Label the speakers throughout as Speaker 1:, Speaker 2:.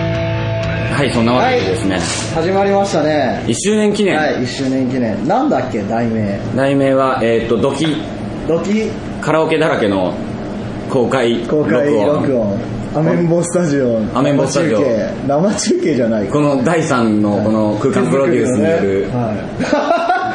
Speaker 1: はい、そんなわけでですね、
Speaker 2: 始まりましたね。
Speaker 1: 1周年記念、
Speaker 2: はい、1周年記念。なんだっけ、題名。
Speaker 1: 題名は、えーっと、ドキ、
Speaker 2: ドキ
Speaker 1: カラオケだらけの公開録
Speaker 2: 公
Speaker 1: 音。
Speaker 2: 開録音。アメンボスタジオ。
Speaker 1: アメンボスタジオ
Speaker 2: 生中継。生中継じゃない。
Speaker 1: この第3のこの空間プロデュースによる、
Speaker 2: は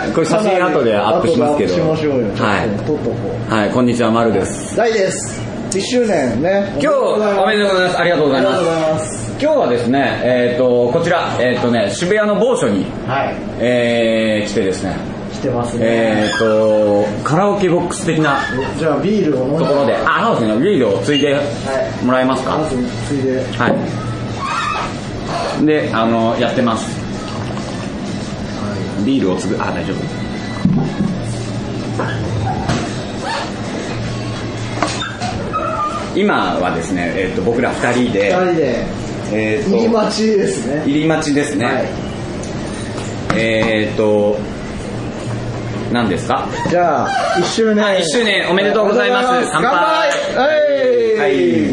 Speaker 2: い
Speaker 1: これ写真後でアップしますけど
Speaker 2: 後でアップしましょうよ。
Speaker 1: はい
Speaker 2: 撮っとこ
Speaker 1: はい、こんにちは、まるです。
Speaker 2: う。大です。1周年ね。
Speaker 1: 今日、おめでとうございます。ありがとうございま。
Speaker 2: ありがとうございます
Speaker 1: 今日はですね、えーっと、こちら、えーっとね、渋谷の某所に、
Speaker 2: は
Speaker 1: えー、来てですね、
Speaker 2: い。来てますね。
Speaker 1: えーっと、カラオケボックス的な
Speaker 2: じゃあビールを飲ん
Speaker 1: と
Speaker 2: で。
Speaker 1: ころで、あ、そうですね、ビールをついで
Speaker 2: い
Speaker 1: もらえますか
Speaker 2: まず、ついで。
Speaker 1: はい。で、あの、やってます。ビールをつぐ、あ、大丈夫。今はですね、えっ、と、僕ら二人で、
Speaker 2: 2人で、
Speaker 1: えっ、と、
Speaker 2: 入り待ちですね。
Speaker 1: 入り待ちですね。
Speaker 2: はい
Speaker 1: えっ、と、何ですか
Speaker 2: じゃあ、1周年。
Speaker 1: はい一周年おめでとうございます
Speaker 2: おめでとうございます
Speaker 1: 乾
Speaker 2: 乾杯は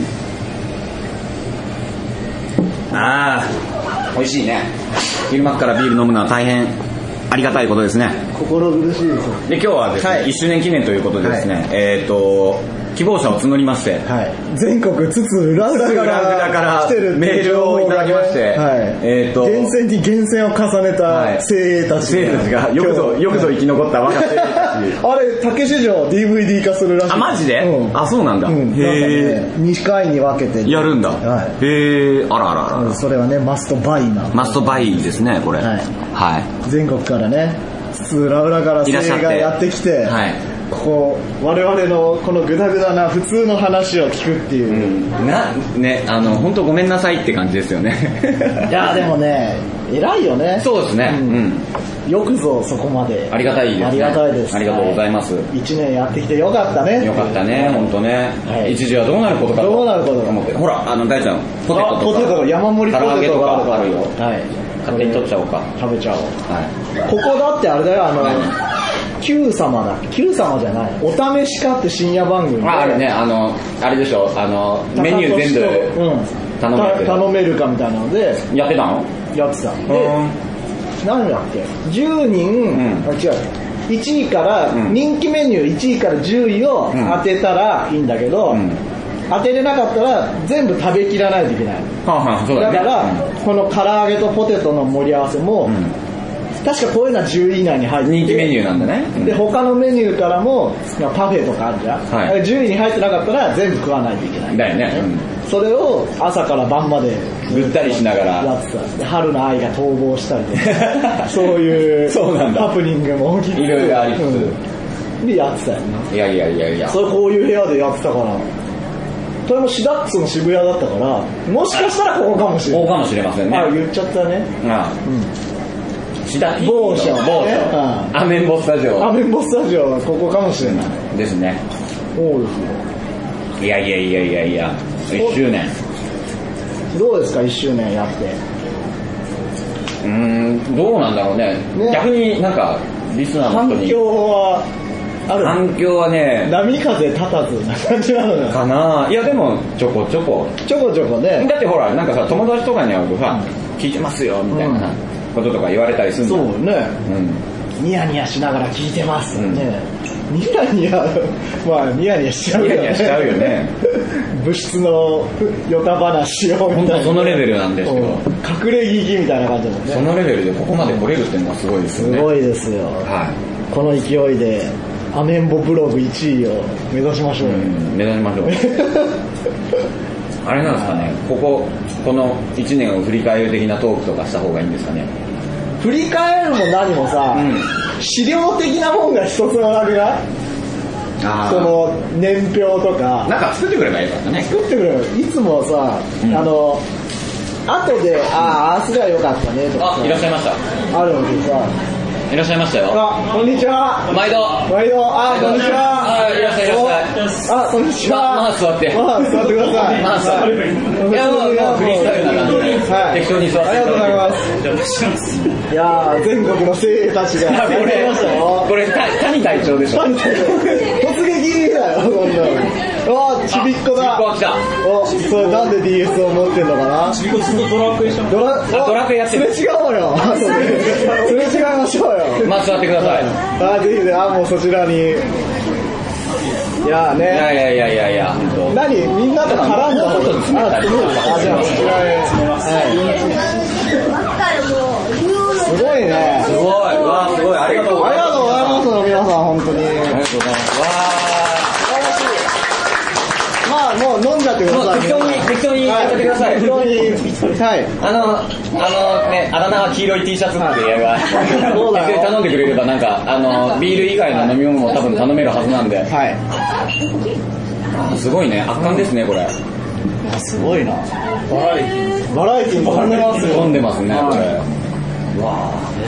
Speaker 2: い
Speaker 1: ああ、美味しいね。昼間からビール飲むのは大変ありがたいことですね。
Speaker 2: 心苦しいです。
Speaker 1: で、今日はですね、
Speaker 2: はい
Speaker 1: 1周年記念ということでですね、
Speaker 2: はい
Speaker 1: えっ、と、希望者を募りまして、
Speaker 2: はい。全国津々浦々か
Speaker 1: 津々浦
Speaker 2: ら
Speaker 1: 々から
Speaker 2: 来てる
Speaker 1: メールをいただきまして
Speaker 2: はい。
Speaker 1: えーと
Speaker 2: 厳選に厳選を重ね
Speaker 1: はい
Speaker 2: た精鋭たち。
Speaker 1: 生徒たちがよくぞ、よくぞ生き残った若手たち。
Speaker 2: あれ、竹市場 DVD 化するらしい。
Speaker 1: あマジで
Speaker 2: うん
Speaker 1: あそうなんだ
Speaker 2: うん。
Speaker 1: へー
Speaker 2: なんかね2回に分けて。
Speaker 1: やるんだ。
Speaker 2: はい。
Speaker 1: へえ、あらあらあら。
Speaker 2: うんそれはね、マストバイな。
Speaker 1: マストバイですね、これ。
Speaker 2: はい
Speaker 1: は
Speaker 2: 全国からね、津々浦々から
Speaker 1: いらっし
Speaker 2: 精
Speaker 1: ゃっ
Speaker 2: 鋭
Speaker 1: て
Speaker 2: がやってきて、
Speaker 1: はい
Speaker 2: ここ、我々のこのグダグダな普通の話を聞くっていう。
Speaker 1: い。な、ね、あの、本当ごめんなさいって感じですよね。
Speaker 2: いやでもね、偉いよね。
Speaker 1: そうですね。うん。
Speaker 2: よくぞそこまで。
Speaker 1: ありがたいですね
Speaker 2: ありがたいです。
Speaker 1: ありがとうございます
Speaker 2: は一年やってきてよかったね。
Speaker 1: よかったね、本当ね、
Speaker 2: はい
Speaker 1: 一時はどうなることかと
Speaker 2: どうなることか
Speaker 1: 思って。ほら、あの、大ちゃん、ポテトと
Speaker 2: あ
Speaker 1: か。
Speaker 2: ポテト、山盛りポ
Speaker 1: 唐揚
Speaker 2: テ
Speaker 1: げ
Speaker 2: ト
Speaker 1: と
Speaker 2: が
Speaker 1: かあるよ。
Speaker 2: はい。
Speaker 1: 勝手に取っちゃおうか。は
Speaker 2: 食べちゃおう。
Speaker 1: い。
Speaker 2: ここだってあれだよ、あの、
Speaker 1: 何
Speaker 2: Q 様だ。Q 様じゃない。お試しかって深夜番組で。
Speaker 1: まあ、あれね、あの、あれでしょ、あの、
Speaker 2: 高
Speaker 1: メ
Speaker 2: 利と。
Speaker 1: ニュー全部
Speaker 2: うん
Speaker 1: 頼むやつ
Speaker 2: た頼めるかみたいなので、
Speaker 1: やってたの
Speaker 2: やってた。
Speaker 1: う
Speaker 2: で、何だっけ ?10 人、
Speaker 1: ん
Speaker 2: あ違う。1位から、
Speaker 1: うん
Speaker 2: 人気メニュー1位から10位を
Speaker 1: うん
Speaker 2: 当てたらいいんだけど、
Speaker 1: うん
Speaker 2: 当てれなかったら全部食べきらないといけない。
Speaker 1: はあはあ、そうだ
Speaker 2: だ
Speaker 1: ね。
Speaker 2: から、この唐揚げとポテトの盛り合わせも、
Speaker 1: うん、
Speaker 2: 確かこういうのは10位以内に入っ
Speaker 1: うん
Speaker 2: て
Speaker 1: 人気メニューなんだね。うん
Speaker 2: で、他のメニューからも、パフェとかあるじゃん。
Speaker 1: はい
Speaker 2: あれ10位に入ってなかったら全部食わないといけない。
Speaker 1: だよね。うん
Speaker 2: それを朝から晩まで
Speaker 1: ぐったりしなが
Speaker 2: や
Speaker 1: ら、
Speaker 2: ってたんですね春の愛が逃亡したりと かそういう
Speaker 1: そうなんだ
Speaker 2: ハプニングも起きつつ
Speaker 1: いろいろありつつ
Speaker 2: うんでやってたよね
Speaker 1: いやいやいやいや。
Speaker 2: それこういう部屋でやってたからそれもシダッツの渋谷だったからもしかしたらここかもしれ
Speaker 1: そう
Speaker 2: ない
Speaker 1: かもしれませんね。
Speaker 2: あ言っちゃったね
Speaker 1: ああシダピー
Speaker 2: 某所
Speaker 1: 某
Speaker 2: ねう
Speaker 1: 所。アメンボスタジ
Speaker 2: ア
Speaker 1: オ
Speaker 2: メンボスタジオはここかもしれない
Speaker 1: ですね。
Speaker 2: そうです
Speaker 1: いやいやいやいやいや、
Speaker 2: お
Speaker 1: 1周年。
Speaker 2: よどうですか1周年やって
Speaker 1: うーん、どうなんだろうね。
Speaker 2: ね
Speaker 1: 逆になんか、リスナー
Speaker 2: 反
Speaker 1: の人に。
Speaker 2: 響はある
Speaker 1: 反響はね、
Speaker 2: 波風立たずな感じなのよ
Speaker 1: かないやでも、ちょこちょこ。
Speaker 2: ちょこちょこね
Speaker 1: だってほら、なんかさ、友達とかに会うとさ、聞いてますよ、みたいな
Speaker 2: うん
Speaker 1: こととか言われたりするんだ
Speaker 2: そうね
Speaker 1: うん。
Speaker 2: ニヤニヤしながら聞いてます、
Speaker 1: うん
Speaker 2: ねニヤニヤ まあニヤニヤしちゃうよね
Speaker 1: ニヤニヤしちゃうよね
Speaker 2: 物質のヨタ話をみ
Speaker 1: 本
Speaker 2: た
Speaker 1: 当
Speaker 2: いな
Speaker 1: そのレベルなんですけど、
Speaker 2: うん隠れ聞きみたいな感じだもん
Speaker 1: そ
Speaker 2: ね
Speaker 1: のレベルでここまで来れるっていうのがすごいですよ
Speaker 2: す
Speaker 1: ね。
Speaker 2: ごいですよ
Speaker 1: はい。
Speaker 2: この勢いでアメンボブログ1位を目指しましょうよ、
Speaker 1: うん目指しま しょうあれなんですかねこここの1年を振り返る的なトークとかした方がいいんですかね
Speaker 2: 振り返るも何もさ、
Speaker 1: うん
Speaker 2: 資料的なもんが一つもなくない
Speaker 1: あ
Speaker 2: その年表とか
Speaker 1: なんか作ってくればいいかったね
Speaker 2: 作ってくれよいつもさ、
Speaker 1: うん
Speaker 2: あの後で「ああああすりゃよかったね」とか
Speaker 1: あ
Speaker 2: さ
Speaker 1: いらっしゃいました
Speaker 2: あるのにさ
Speaker 1: いらっしゃいました
Speaker 2: 「
Speaker 1: よ
Speaker 2: あこんにちは」
Speaker 1: 毎度
Speaker 2: 毎度あこんにちは
Speaker 1: あいらっしゃいいらっし
Speaker 2: おあこんにちは
Speaker 1: ままあ座って
Speaker 2: まあ座ってください
Speaker 1: まあ座っていやもうもうフリースタイルな感じで
Speaker 2: はい
Speaker 1: 適当に座って
Speaker 2: ありがとうございますいやー全国の精鋭たちが
Speaker 1: あこ
Speaker 2: やって
Speaker 1: れ
Speaker 2: ま したよ
Speaker 1: これた谷隊長でしょ
Speaker 2: 突撃だよ、そんなの。あ、ちびっこだ。
Speaker 1: こう来た。
Speaker 2: お、それなんで DS を持ってんのかな
Speaker 3: ちびこちんとドラクエじゃん。
Speaker 2: ドラ、
Speaker 1: あドラクエやってる
Speaker 2: すれ違おうよ。すれ違いましょうよ。
Speaker 1: まあ座ってください。
Speaker 2: あ、ぜひね、あ、もうそちらに。いやー
Speaker 1: いや
Speaker 2: ね。
Speaker 1: いやいやいやいや、本当。
Speaker 2: 何みんなと絡んだ方があ、すごい。あ、じゃあそちらへ。はい。すごいね。
Speaker 1: すごい。わあすごい。ありがとうご
Speaker 2: あ
Speaker 1: ざい
Speaker 2: りが
Speaker 1: ます。
Speaker 2: とうございます、皆さん、本当
Speaker 1: ありがとうご
Speaker 2: に。
Speaker 1: ざいます。わ
Speaker 2: まあ、もう飲んじゃってください。
Speaker 1: もう適当に適当にやってください
Speaker 2: 適当に。はい。
Speaker 1: ーあの、あのね、あだ名は黄色い T シャツっていう映画、
Speaker 2: そうだよ
Speaker 1: 適当に頼んでくれればなんか、あの、ビール以外の飲み物も多分頼めるはずなんで、
Speaker 2: はい。
Speaker 1: すごいね、圧巻ですね、これ。
Speaker 2: すごいな。バラエティー。バラエティーも飲んでますよ。
Speaker 1: 飲んでますね、これ。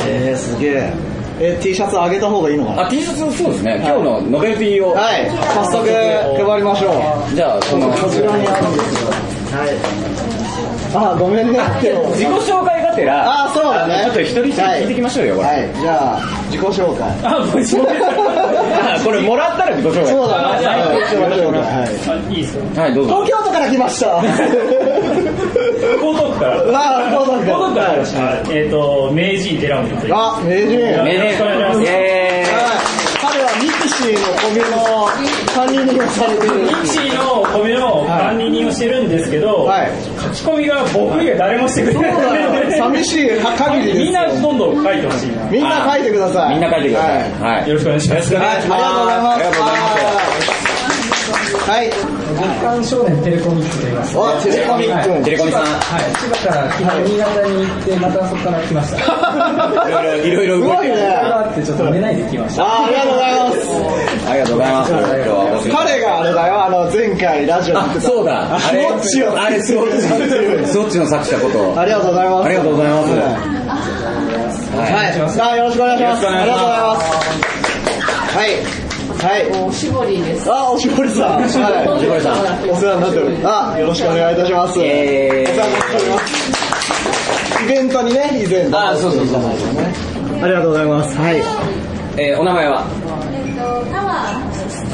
Speaker 2: えー、すげえ。え、T シャツあげた方がいいのかな
Speaker 1: あ、T シャツそうですね、今日のノベルティを、
Speaker 2: はい。早速、配りましょう。
Speaker 1: じゃあ、その、
Speaker 2: こちらにあるんですよ。はい。あ、ごめんね。
Speaker 1: 自己紹介がてら、
Speaker 2: あ、そうだね。
Speaker 1: ちょっと一人一人聞いていきましょうよ、これ。
Speaker 2: はい。じゃあ、自己紹介。
Speaker 1: あ、もう自己紹介。あ これもらったら自己紹介。
Speaker 2: そうだね。
Speaker 3: はい
Speaker 2: 自己紹介はい。
Speaker 3: あ、いいですか
Speaker 1: はい、どうぞ
Speaker 2: 東。京都から来ました。
Speaker 3: 江東区から。江
Speaker 2: あ、東京都
Speaker 3: 東区か
Speaker 2: からら。
Speaker 3: はい。えっと、名人寺本という。
Speaker 2: あ、名人。はい。
Speaker 1: ねね
Speaker 3: よろしくお願いします
Speaker 1: イエ
Speaker 2: 彼はミクシーのコミの管理人をされている。
Speaker 3: ミクシーの米の管理人をしてるんですけど、
Speaker 2: はい
Speaker 3: 書き込みが僕以外誰もしてくれない。
Speaker 2: 寂しい限りです。
Speaker 3: みんなどんどん書いてほしいな。
Speaker 2: みんな書いてくださ
Speaker 1: ーイ
Speaker 2: い。
Speaker 1: みんな書いてくださ。
Speaker 2: はい
Speaker 1: はい。
Speaker 3: よろしくお願いします。
Speaker 2: はい、ありがとうございます。
Speaker 1: ありがとうござい
Speaker 2: ます。はい。
Speaker 4: 月刊少年テレコミックと言います。
Speaker 2: お、テレコミックン。
Speaker 1: テレコミさん、
Speaker 4: はい、千葉から昨日新潟に行って、またそこから来ました。
Speaker 1: いろいろいろ
Speaker 2: す
Speaker 1: 動い
Speaker 2: ご
Speaker 1: て
Speaker 2: い
Speaker 1: る。
Speaker 2: ね。
Speaker 4: あってちょっと寝ないで来ました。
Speaker 2: あ、ありがとうございます。
Speaker 1: ありがとうございます。今日はお越しいただいて
Speaker 2: 彼があれだよ、あの、前回ラジオに
Speaker 1: あ、そうだ。あれ、
Speaker 2: どっちを
Speaker 1: あれ、ス ロッチ。スロッチの作者こと。
Speaker 2: ありがとうございます。
Speaker 1: ありがとうございます
Speaker 2: はい。
Speaker 1: はい。
Speaker 2: はい。さあ、よろしくお願いします。
Speaker 1: よろしくお願いします
Speaker 2: ます。はい。はい。
Speaker 5: おしぼりです。
Speaker 2: あ、おしぼりさん。
Speaker 1: おしぼりさん
Speaker 2: はいお世話になっております。あ、よろしくお願いいたします。お
Speaker 1: イ
Speaker 2: 世
Speaker 1: エーイ
Speaker 2: 話になっております。イベントにね、以前の。
Speaker 1: あそうそうそうそう
Speaker 2: ね。ありがとうございます。はい。
Speaker 1: えー、お名前は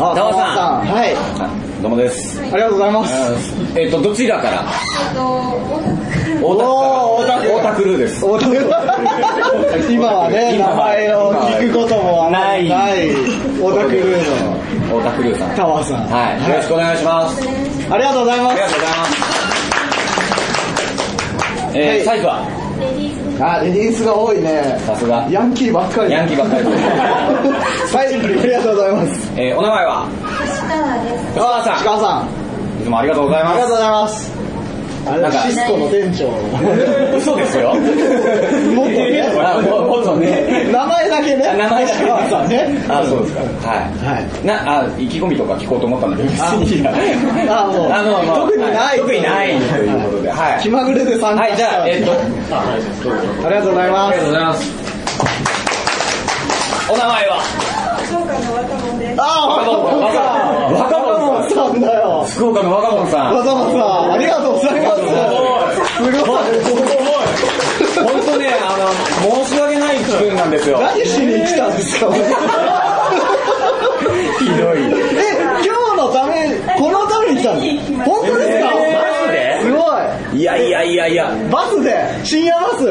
Speaker 2: あ、タ
Speaker 1: ワさん
Speaker 2: はい。
Speaker 1: あどうもです。
Speaker 2: ありがとうございます。
Speaker 1: えっと、どちらから
Speaker 2: おー、
Speaker 1: 大田区。大田クルーです。
Speaker 2: お 今はね、名前を聞くことも
Speaker 1: ない
Speaker 2: ない、オタクルーの
Speaker 1: 大田クルーさん。
Speaker 2: タワーさん。
Speaker 1: はい。よろしくお願いします。
Speaker 2: ありがとうござい
Speaker 1: ありがとうございます
Speaker 2: ま。
Speaker 1: えー
Speaker 2: は
Speaker 1: サ
Speaker 2: い
Speaker 1: イズは
Speaker 2: す。あ、レディースが多いね。
Speaker 1: さすが。
Speaker 2: ヤンキーばっかり。
Speaker 1: ヤンキーば っかりです
Speaker 2: はい、ありがとうございます。
Speaker 1: えーお名前は吉川さん。
Speaker 2: 鹿さん。
Speaker 1: いつもありがとうござい
Speaker 2: あり
Speaker 1: ま
Speaker 2: がと
Speaker 1: す。
Speaker 2: うございます。あれ
Speaker 1: なんか
Speaker 2: シスコの店 長。
Speaker 1: 嘘ですよ。
Speaker 2: もっとね
Speaker 1: あ、ももっとね。
Speaker 2: 名前だけね。
Speaker 1: 名前だけ
Speaker 2: 鹿さんね。
Speaker 1: あ、そうですか。はい。
Speaker 2: はい。
Speaker 1: な、あ、意気込みとか聞こうと思ったんだけど、別にいや
Speaker 2: あもう
Speaker 1: あのまあ
Speaker 2: 特にない
Speaker 1: 特にないということで、は
Speaker 2: 気
Speaker 1: い。
Speaker 2: まぐれで参加
Speaker 1: はい、
Speaker 2: し
Speaker 1: じゃ
Speaker 2: た。
Speaker 1: あ、えっと、
Speaker 2: ありがとうござい
Speaker 1: あ
Speaker 2: ま
Speaker 1: りがとうご
Speaker 2: す。
Speaker 1: ざいます。お名前は
Speaker 2: あー、
Speaker 1: 若者
Speaker 2: 若者さんだよ。
Speaker 1: 福岡の若者さん。
Speaker 2: わざわざ、ありがとうございます。すごい。
Speaker 1: 本当ね、あの、申し訳ない気分なんですよ。
Speaker 2: 何しに来たんです か
Speaker 1: ひどい。
Speaker 2: え、今日のため、このために来たんです本当ですか、
Speaker 1: えーマジです
Speaker 2: ご
Speaker 1: いやいやいやいや、
Speaker 2: い。バスで、深夜バス。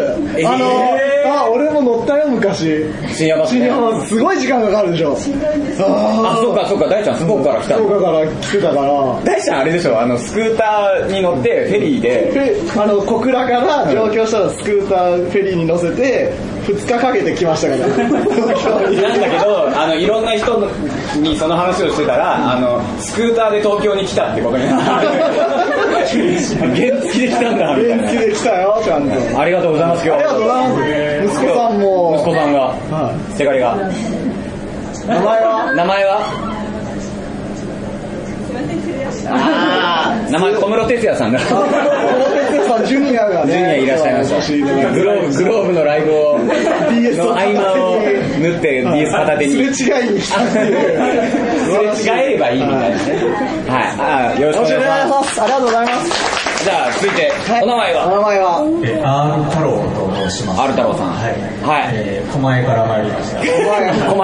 Speaker 2: あの、
Speaker 1: えー
Speaker 2: あ、俺も乗ったよ、昔。
Speaker 1: 深夜バス
Speaker 2: 深
Speaker 1: ね。
Speaker 2: 夜バス、すごい時間かかるでしょ。あ
Speaker 1: あ、そうかそうか、大ちゃん福岡から来た
Speaker 2: 福。岡から来てたから。
Speaker 1: 大ちゃんあれでしょ、あの、スクーターに乗って、フェリーで、
Speaker 2: であの小倉から上京したらスクーターフェリーに乗せて2日かけて来ましたから東京に
Speaker 1: なんだけど、あの、いろんな人にその話をしてたら、あの、スクーターで東京に来たってことになって、原付で来たんだ、みたい
Speaker 2: 元気で来たよちゃんと
Speaker 1: な。ありがとうございます、今
Speaker 2: あ
Speaker 1: 日
Speaker 2: りがとうございます息子さんも
Speaker 1: 息子さんが、
Speaker 2: は
Speaker 1: せがりが。
Speaker 2: 名前は
Speaker 1: 名前はあー名前小室哲哉さんだ。
Speaker 2: 小野哲さんジュニアがね
Speaker 1: ジュニアいらっしゃいました。グローブ、グローブのライブを、
Speaker 2: DS
Speaker 1: の合間を縫って、DS 片手に。
Speaker 2: すれ違いに来たっていう
Speaker 1: すれ違えればいいみたいなね。はい。あーよろしくお
Speaker 2: よろしくお
Speaker 1: 願い
Speaker 2: 願い
Speaker 1: し
Speaker 2: し
Speaker 1: ま
Speaker 2: ますありがとうございます
Speaker 1: す。じゃあ、続いて、お名前
Speaker 2: お
Speaker 1: は
Speaker 2: 名前は
Speaker 4: え、R 太郎と申します。
Speaker 1: アルタロさん。
Speaker 4: はい。
Speaker 1: はい。
Speaker 4: えー、狛江から参りました。は
Speaker 1: 狛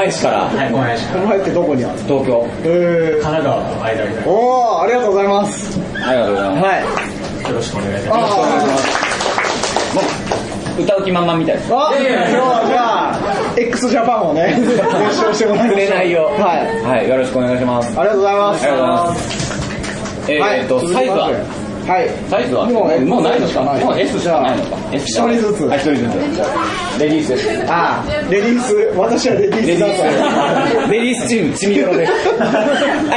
Speaker 1: 江市から、
Speaker 4: い、狛江市から。
Speaker 2: お前ってどこにある
Speaker 1: 東京。
Speaker 2: え
Speaker 4: 神奈川と間になります。
Speaker 2: おーありがとうございます。
Speaker 1: ありがとうございます。
Speaker 2: はい。
Speaker 3: よろしくお願いします。
Speaker 2: あ
Speaker 1: 歌う気満々みたいです。
Speaker 2: あ、今日はじゃあ、x ジャパンをね、熱唱してもらいま
Speaker 1: 触
Speaker 2: しょう
Speaker 1: れないよ
Speaker 2: はい。あり
Speaker 1: はい、よろしくお願いします。
Speaker 2: がとうございます。
Speaker 1: ありがとうございます。え
Speaker 2: はい
Speaker 1: ーっと、
Speaker 2: 続きま
Speaker 1: サイ
Speaker 2: して
Speaker 1: ズは
Speaker 2: はい。
Speaker 1: サイズは
Speaker 2: もうえ
Speaker 1: もうないの
Speaker 2: しか
Speaker 1: か
Speaker 2: ない
Speaker 1: もう S しかないのか。S
Speaker 2: 一人ずつ
Speaker 1: あ、一人ずつ。レディースです。
Speaker 2: ああ、レディース、私はレディー
Speaker 1: レデ
Speaker 2: ス
Speaker 1: ィ
Speaker 2: だ
Speaker 1: ース、レディースチーム、チミド ロです。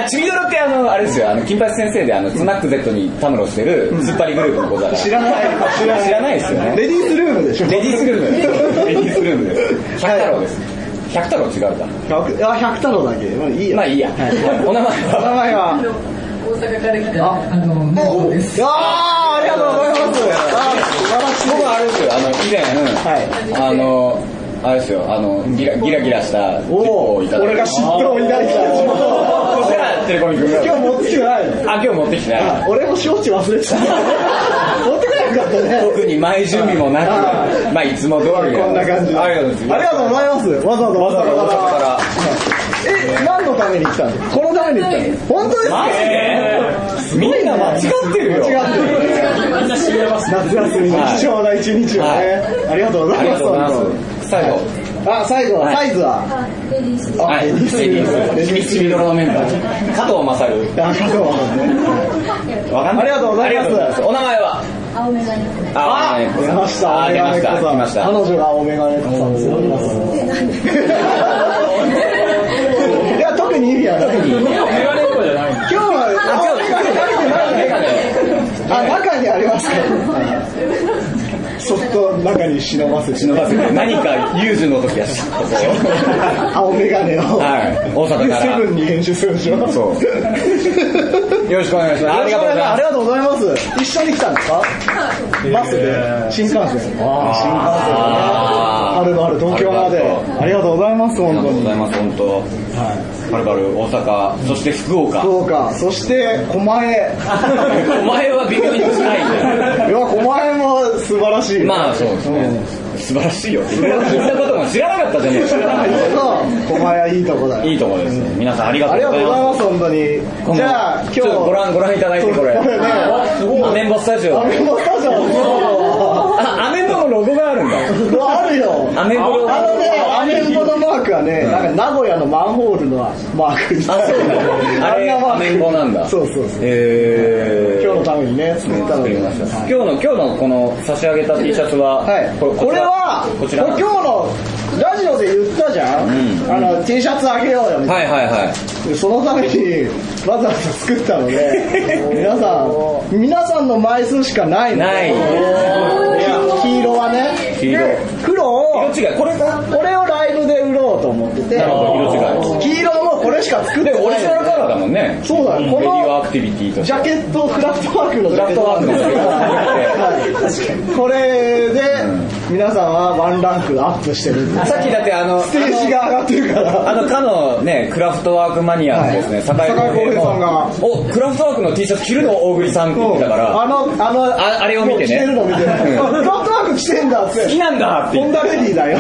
Speaker 1: あ、チミドロってあの、あれですよ、あの、金八先生であの、スナック Z にたむろしてる、突っ張りグループのことだから。
Speaker 2: 知らない。知らない。
Speaker 1: 知らないですよね
Speaker 2: レディースルームでしょ。
Speaker 1: レディースルーム。レディースルームです。百太郎です。百太郎違うか。
Speaker 2: あ、百太郎だけ。まあいいや。
Speaker 1: まあいいや。お名前
Speaker 2: お名
Speaker 1: は
Speaker 2: 前は。
Speaker 6: 阪から来た、あの、もうです。
Speaker 2: ああ、ありがとうございます。あ素晴らしい。
Speaker 1: 僕はあれですよ、あの、以前、あの、あれですよ、あの、ギラギラギラしたチップ
Speaker 2: お
Speaker 1: を
Speaker 2: お
Speaker 1: いた
Speaker 2: ー、
Speaker 1: だい
Speaker 2: 俺が嫉妬を抱いた地
Speaker 1: こっ
Speaker 2: 元。
Speaker 1: ちからやってるコミック
Speaker 2: 今日持ってきてないの。
Speaker 1: あ、今日持ってきてない。
Speaker 2: あ俺も承知忘れてた。持ってこなかったね。
Speaker 1: 特に前準備もなく
Speaker 2: あ、
Speaker 1: まあいつも通り
Speaker 2: こんな感じで
Speaker 1: ありがとうございます。
Speaker 2: ありがとうございます。わざわざわざわざ
Speaker 1: わざわざわ
Speaker 2: え、何のために来たのこのために来たの本当ですか
Speaker 1: マジですごいな、間違ってるよ。
Speaker 2: 間違ってる。
Speaker 3: みんな知れます。
Speaker 2: 夏休みの貴重な一日をね、
Speaker 1: はい
Speaker 2: ありがとうござ
Speaker 1: あ
Speaker 2: い
Speaker 1: り
Speaker 2: ま
Speaker 1: が
Speaker 2: す。
Speaker 1: とうございます。最後。
Speaker 2: あ、最後、
Speaker 1: はい
Speaker 2: サイズは、
Speaker 7: レディースです。
Speaker 2: あ
Speaker 1: はい、
Speaker 2: レディース
Speaker 1: レディース。ちみどろのメンバー。加藤勝る。
Speaker 2: あ、加藤はね。
Speaker 1: わかんない。
Speaker 2: ありがとうございます
Speaker 1: ありがとうございますお名前は
Speaker 7: 青目がね。
Speaker 1: あ、出
Speaker 2: 出ました、
Speaker 1: あ、出ました。来ました。
Speaker 2: 彼女が青メガネ子さんですよ。いや、特に意味はない。今
Speaker 3: いや、メガネっ子じゃないんだ。
Speaker 2: 日は、あ、中にありますかそっと中に忍ばせて、
Speaker 1: 忍ばせて、何か遊女の時やし。ここ
Speaker 2: 青メガネを、
Speaker 1: はい大阪から
Speaker 2: セブンに編集するでしょ。
Speaker 1: そうをよろしくお願いします。ありがとうござい
Speaker 2: あ
Speaker 1: ま
Speaker 2: り
Speaker 1: す。
Speaker 2: がとうございます。一緒に来たんですかバスで、新幹線。新幹線。
Speaker 1: あー
Speaker 2: はるばる東京まで。
Speaker 1: はるばると
Speaker 2: ありがとうございます、
Speaker 1: ありがとうご
Speaker 2: 本当に
Speaker 1: ざい。ます、本当。はるばる、大阪、そして福岡。
Speaker 2: どうか、そして、狛 江。
Speaker 1: お前は微妙に近いんだよ。
Speaker 2: いや、狛江も素晴らしい。
Speaker 1: まあそうですね。素晴らしいよ。そんなことも知らなかったじゃねえ
Speaker 2: あ、
Speaker 1: か。
Speaker 2: そう。狛江はいいとこだよ。
Speaker 1: いいところですね。皆さんありが
Speaker 2: あり
Speaker 1: と
Speaker 2: が
Speaker 1: うご
Speaker 2: と
Speaker 1: ざい
Speaker 2: うござい
Speaker 1: ま。
Speaker 2: ますす、本当に。じゃあ、今
Speaker 1: ち
Speaker 2: 日、
Speaker 1: ょっとご覧、ご覧いただいて、これ。
Speaker 2: これね
Speaker 1: あすごいアメンボスタジオ。
Speaker 2: アメンボスタジオ
Speaker 1: あ、アメンボのロゴがあるんだ。
Speaker 2: うわあるよ。
Speaker 1: アメンボのロゴ。
Speaker 2: あのね、アメンボのマークはね、なんか名古屋のマンホールのマークみ
Speaker 1: あ、
Speaker 2: た
Speaker 1: そう
Speaker 2: い
Speaker 1: なん
Speaker 2: な。
Speaker 1: だ。あれ、
Speaker 2: んなマ
Speaker 1: ア
Speaker 2: ーク
Speaker 1: メンボなんだ。
Speaker 2: そうそうそう。
Speaker 1: えー。
Speaker 2: 今日のためにね、作ったの
Speaker 1: 作
Speaker 2: で
Speaker 1: りました。今日の、今日のこの差し上げた T シャツは、
Speaker 2: はい。
Speaker 1: こ
Speaker 2: これは、
Speaker 1: こちら。
Speaker 2: これ
Speaker 1: こちら
Speaker 2: 今日のラジオで言ったじゃん、
Speaker 1: うん
Speaker 2: あの、T シャツあげようよみたいな。
Speaker 1: はいはいはい。
Speaker 2: そのためにわざわざ作った ので皆さん皆さんの枚数しかないの
Speaker 1: ない
Speaker 2: 黄色はね
Speaker 1: 黄色
Speaker 2: で黒を
Speaker 1: 色違い。これか
Speaker 2: これをライブで売ろうと思ってて
Speaker 1: なるほど色違い
Speaker 2: 黄色もこれしか作って
Speaker 1: で
Speaker 2: ない
Speaker 1: オリジナルカラーだもんね。
Speaker 2: そうだ
Speaker 1: レ
Speaker 2: ね
Speaker 1: ディ
Speaker 2: こ
Speaker 1: ー
Speaker 2: の
Speaker 1: アクティビティとして
Speaker 2: ジャケットクラフトワークのジャケットなんですけ
Speaker 1: ク
Speaker 2: ど
Speaker 1: ラ
Speaker 2: はいこれで皆さんはワンランクアップしてるんで
Speaker 1: さっきだってあの、
Speaker 2: ステージが上がってるから
Speaker 1: あの、かのね、クラフトワークマニアのですね、
Speaker 2: はい
Speaker 1: 井康
Speaker 2: 坂井康平さ
Speaker 1: お、クラフトワークの T シャツ着るの大栗さんって言ってたから、
Speaker 2: あの、あの、
Speaker 1: ああれを見てね
Speaker 2: 着てるの見てね。
Speaker 1: うん
Speaker 2: あなんとなく着てんだって。
Speaker 1: 好きなんだって
Speaker 2: ホンダレディだよ。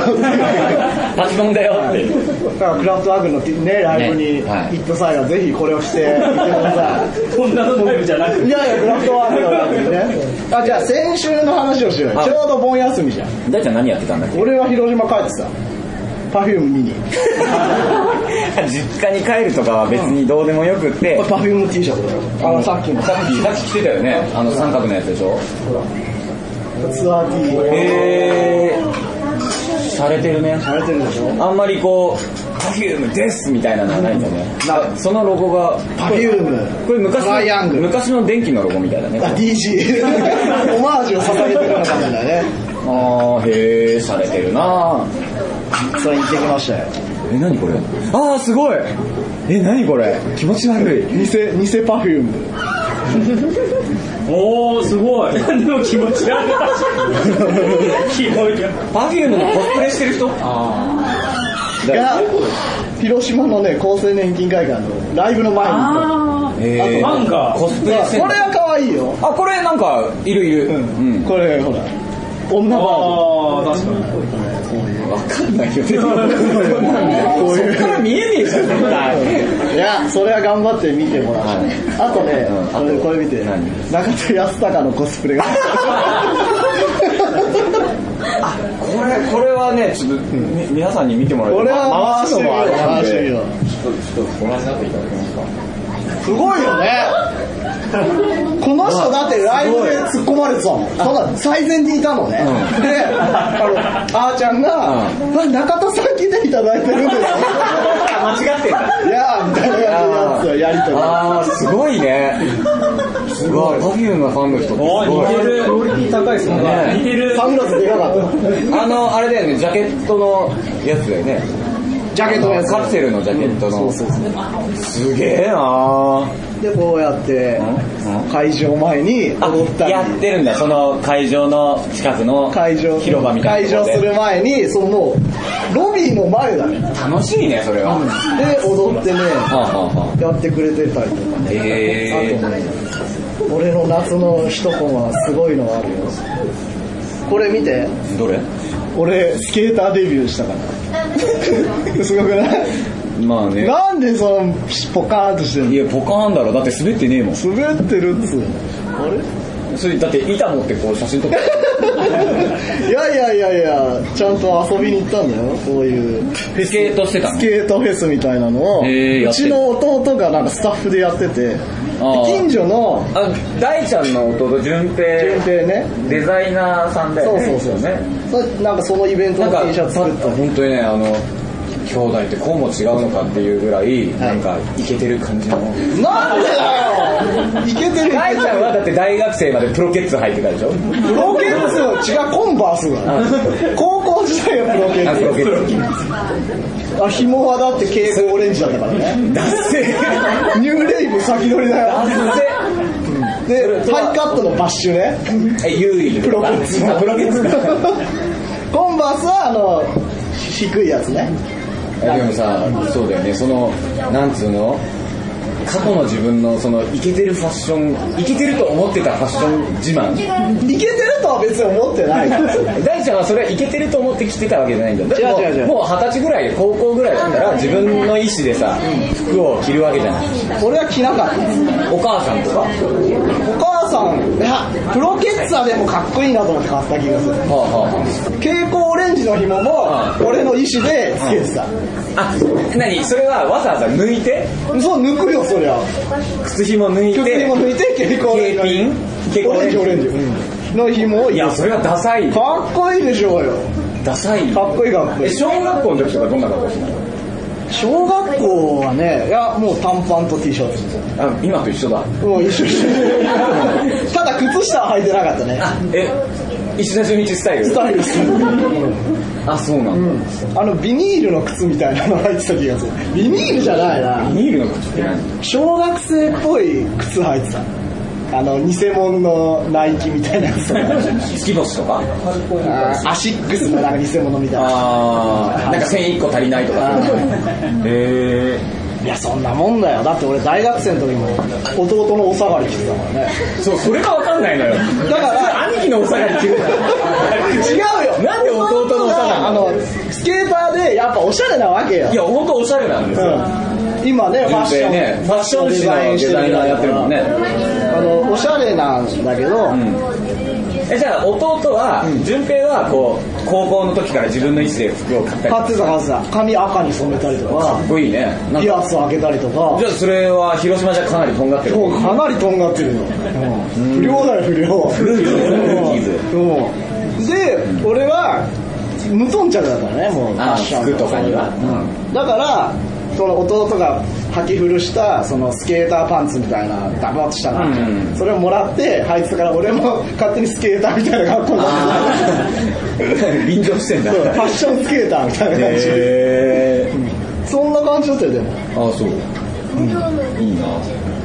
Speaker 1: パチモンだよっていう。
Speaker 2: だからクラフトワークのね、ライブに
Speaker 1: ねはい
Speaker 2: 行った際はぜひこれをしてみてくださ
Speaker 3: こんなのタイプじゃなく
Speaker 2: い。いやいや、クラフトワークのライブにね。あ、じゃあ先週の話をしようよ。
Speaker 1: あ
Speaker 2: ちょうど盆休みじゃん。
Speaker 1: 大ちゃん何やってたんだっけ
Speaker 2: 俺は広島帰ってた。パフューム見 に。
Speaker 1: 実家に帰るとかは別にどうでもよくって、
Speaker 2: パフューム T シャツだよ。あの、さっきの。
Speaker 1: さっき、さっき着てたよね、あの三角のやつでしょ
Speaker 2: ツアー T。
Speaker 1: へえされてるね。
Speaker 2: されてるでしょ
Speaker 1: あんまりこう、パフュームですみたいなのはないんだね。
Speaker 2: な
Speaker 1: そのロゴが、
Speaker 2: パフューム。
Speaker 1: これ昔
Speaker 2: トライアング
Speaker 1: の、
Speaker 2: ル。
Speaker 1: 昔の電気のロゴみたいだね。
Speaker 2: あ、DG。オ マージュを捧げてるような感じだね。
Speaker 1: あー、へえされてるな
Speaker 2: それ行ってきましたよ。
Speaker 1: え、なにこれあー、すごいえ、なにこれ気持ち悪い。
Speaker 2: 偽、偽パフューム。
Speaker 3: おー、すごい。でも気持ち悪い。キモいよ。
Speaker 1: パフュームのコスプレしてる人
Speaker 2: が、広島のね、厚生年金会館のライブの前に行っ
Speaker 1: え
Speaker 3: あとなんか
Speaker 1: コスプレして
Speaker 2: た。
Speaker 1: ん
Speaker 2: これ
Speaker 1: だ
Speaker 2: は可愛いよ。
Speaker 1: あ、これなんか、いるいる。う。
Speaker 2: うんん。これ、ほら。女バ
Speaker 8: ああ、確かに。わかんないよ、 全然。そっから見えねえじゃん、絶対。
Speaker 2: ーいやそれは頑張って見てもらう、あとね、これこれ見て中田康隆のコス プレが
Speaker 8: これ、これはね、ちょっと、み皆さんに見てもら
Speaker 2: これは
Speaker 8: 回すのはあれなん
Speaker 2: 回してみ
Speaker 8: で。
Speaker 2: よ
Speaker 8: ちょ
Speaker 2: う
Speaker 8: っと、ちょっと、ご覧になっていただけますか。
Speaker 2: すごいよね。 この人だってライブで突っ込まれてたもん。ただ最前にいたのね。で、あの、あーちゃんが、あ中田さん来ていただいてるんですよ。
Speaker 8: あ、間違ってんだ。
Speaker 2: いやーみたいなやつをやりとり。
Speaker 1: あー、すごいね。すごい。パフュームのファンの人ってす
Speaker 8: お
Speaker 1: ごい
Speaker 8: ー、似てる。クオリティ高いですもんね。
Speaker 1: ね
Speaker 9: 似てる
Speaker 2: サングラスでかかった。
Speaker 1: あの、あれだよね、ジャケットのやつだよね。
Speaker 2: ジャケットのやつ
Speaker 1: カプセルのジャケットの。すげえな
Speaker 2: で、こうやって、会場前に踊ったり。
Speaker 1: やってるんだ、その会場の近くの
Speaker 2: 会場、
Speaker 1: 広場みたいなとこ
Speaker 2: 会場す
Speaker 1: で。
Speaker 2: る前に、そのもう、ロビーの前だね。
Speaker 1: 楽しいね、それは。は
Speaker 2: で、踊ってね、
Speaker 1: あはあは
Speaker 2: やってくれてたりとか。
Speaker 1: あへえ。
Speaker 2: 俺の夏の一コマはすごいのあるよこれ見て
Speaker 1: どれ
Speaker 2: 俺スケーターデビューしたからすごくない
Speaker 1: まあね。
Speaker 2: なんでそのポカーンとして
Speaker 1: い
Speaker 2: る
Speaker 1: や、ポカーンだろ。だって滑ってねえもん。
Speaker 2: の滑ってるっつうのあ
Speaker 1: それ、だって板持ってこう写真撮って。
Speaker 2: れいやいやいやいやちゃんと遊びに行ったんだよこうい う
Speaker 1: スケートしてたの
Speaker 2: スケートフェスみたいなのを
Speaker 1: へーや
Speaker 2: う
Speaker 1: って
Speaker 2: ち
Speaker 1: る
Speaker 2: の弟がなんかスタッフでやっててで
Speaker 1: あー
Speaker 2: 近所の
Speaker 1: あ、大ちゃんの弟、淳
Speaker 2: 順
Speaker 1: 平、
Speaker 2: 平ね
Speaker 1: デザイナーさんだ
Speaker 2: そ
Speaker 1: よ
Speaker 2: う
Speaker 1: ね。
Speaker 2: そうそうそうなんかそのイベント
Speaker 1: なん
Speaker 2: の
Speaker 1: か
Speaker 2: T シャツ作った
Speaker 1: 本当にねあの兄弟ってこうも違うのかっていうぐらい、なんかイケてる感じの
Speaker 2: なんでだよいけてるい
Speaker 1: 大
Speaker 2: け
Speaker 1: ち
Speaker 2: て
Speaker 1: ゃん
Speaker 2: る
Speaker 1: はだって大学生ま でプロケッツ履いてたでしょ
Speaker 2: プロケッツの違うコンバースだ高校時代はプロ ケ
Speaker 1: あプロケ
Speaker 2: ッ
Speaker 1: ッツ
Speaker 2: ツあ紐はだって蛍光オレンジだったからね
Speaker 1: ダッセー
Speaker 2: ニューレイブ先取りだ
Speaker 1: ダ
Speaker 2: よ
Speaker 1: ッ
Speaker 2: でハイカットのバッシュね
Speaker 1: セーえ優位
Speaker 2: プロケッツ
Speaker 1: あプロケッツ
Speaker 2: コンバースはあの低いやつね
Speaker 1: でもさそうだよねそのなんつうの過去の自分のそのイケてるファッションイケてると思ってたファッション自慢
Speaker 2: いけてるとは別に思ってない
Speaker 1: 大ちゃんはそれはイケてると思って着てたわけじゃないんだよだって
Speaker 2: 違う違う違う
Speaker 1: もうもう二十歳ぐらい高校ぐらいだったら自分の意思でさ服を着るわけじゃない
Speaker 2: 俺は着なかった
Speaker 1: お母さんとかは
Speaker 2: お母さんいやプロケッツはでもかっこいいなと思って買った気がする
Speaker 1: あは
Speaker 2: 蛍光オレンジの紐も俺の意思でつけてた、
Speaker 1: あはああ何それはわざわざ抜いて
Speaker 2: そう抜くよそりゃ
Speaker 1: 靴紐抜い
Speaker 2: 曲に
Speaker 1: て
Speaker 2: も抜いて蛍光オレン
Speaker 1: 景
Speaker 2: ジ
Speaker 1: 品蛍
Speaker 2: オ
Speaker 1: 光
Speaker 2: レンジオレンジ、の紐を
Speaker 1: いやそれはダサい
Speaker 2: かっこいいでしょうよ
Speaker 1: ダサい
Speaker 2: かっこいいかっこい
Speaker 1: え
Speaker 2: い
Speaker 1: 小学校の時とかどんな格好してたの
Speaker 2: 小学校はねいやもう短パンと T シャツ
Speaker 1: あ今と一緒だ
Speaker 2: もう一緒一緒ただ靴下は履いてなかったね
Speaker 1: あえ石田純一スタイル
Speaker 2: スタイルです
Speaker 1: あそうなんだ、
Speaker 2: あのビニールの靴みたいなの履いてた気がするビニールじゃないな
Speaker 1: ビニールの靴って何
Speaker 2: 小学生っぽい靴履いてたあの偽物のナイキみたいなやつ
Speaker 1: 月星とか
Speaker 2: アシックスのなんか偽物みたいな
Speaker 1: ああなんか線一個足りないとかへえ
Speaker 2: いやそんなもんだよだって俺大学生の時も弟のお下がり着てたからね
Speaker 1: そうそれがわかんないのよ
Speaker 2: だから
Speaker 1: 兄貴のお下がり着るから
Speaker 2: 違う よ
Speaker 1: なんで弟のお下がり
Speaker 2: あのスケーターでやっぱおしゃれなわけよ
Speaker 1: いや本当おしゃれなんですよ
Speaker 2: うん今ねファッション、
Speaker 1: ねファッション誌のデザイナーやってるもんね
Speaker 2: あのおしゃれなんだけど、
Speaker 1: えじゃあ弟は順平はこう高校の時から自分の意思で服を買ったり
Speaker 2: 買ってた買ってた髪赤に染めたりとか
Speaker 1: かっこいいねなん
Speaker 2: ピ
Speaker 1: か
Speaker 2: アスを開けたりとか
Speaker 1: じゃあそれは広島じゃかなりとんがってる
Speaker 2: もうかなりとんがってるよ、不良だよ不良
Speaker 1: 古いよねルーキーズ
Speaker 2: うんで俺は無頓着だからねもうファ
Speaker 1: あ
Speaker 2: ッション
Speaker 1: 服とかには
Speaker 2: だからその弟が履き古したそのスケーターパンツみたいなダボッとしたな、
Speaker 1: うん
Speaker 2: それをもらって履いてたから俺も勝手にスケーターみた いな格好になって
Speaker 1: あー 便乗してんだ
Speaker 2: たそうファッションスケーターみたいな感じ、
Speaker 1: へえ
Speaker 2: そんな感じだったよでも
Speaker 1: ああそういいな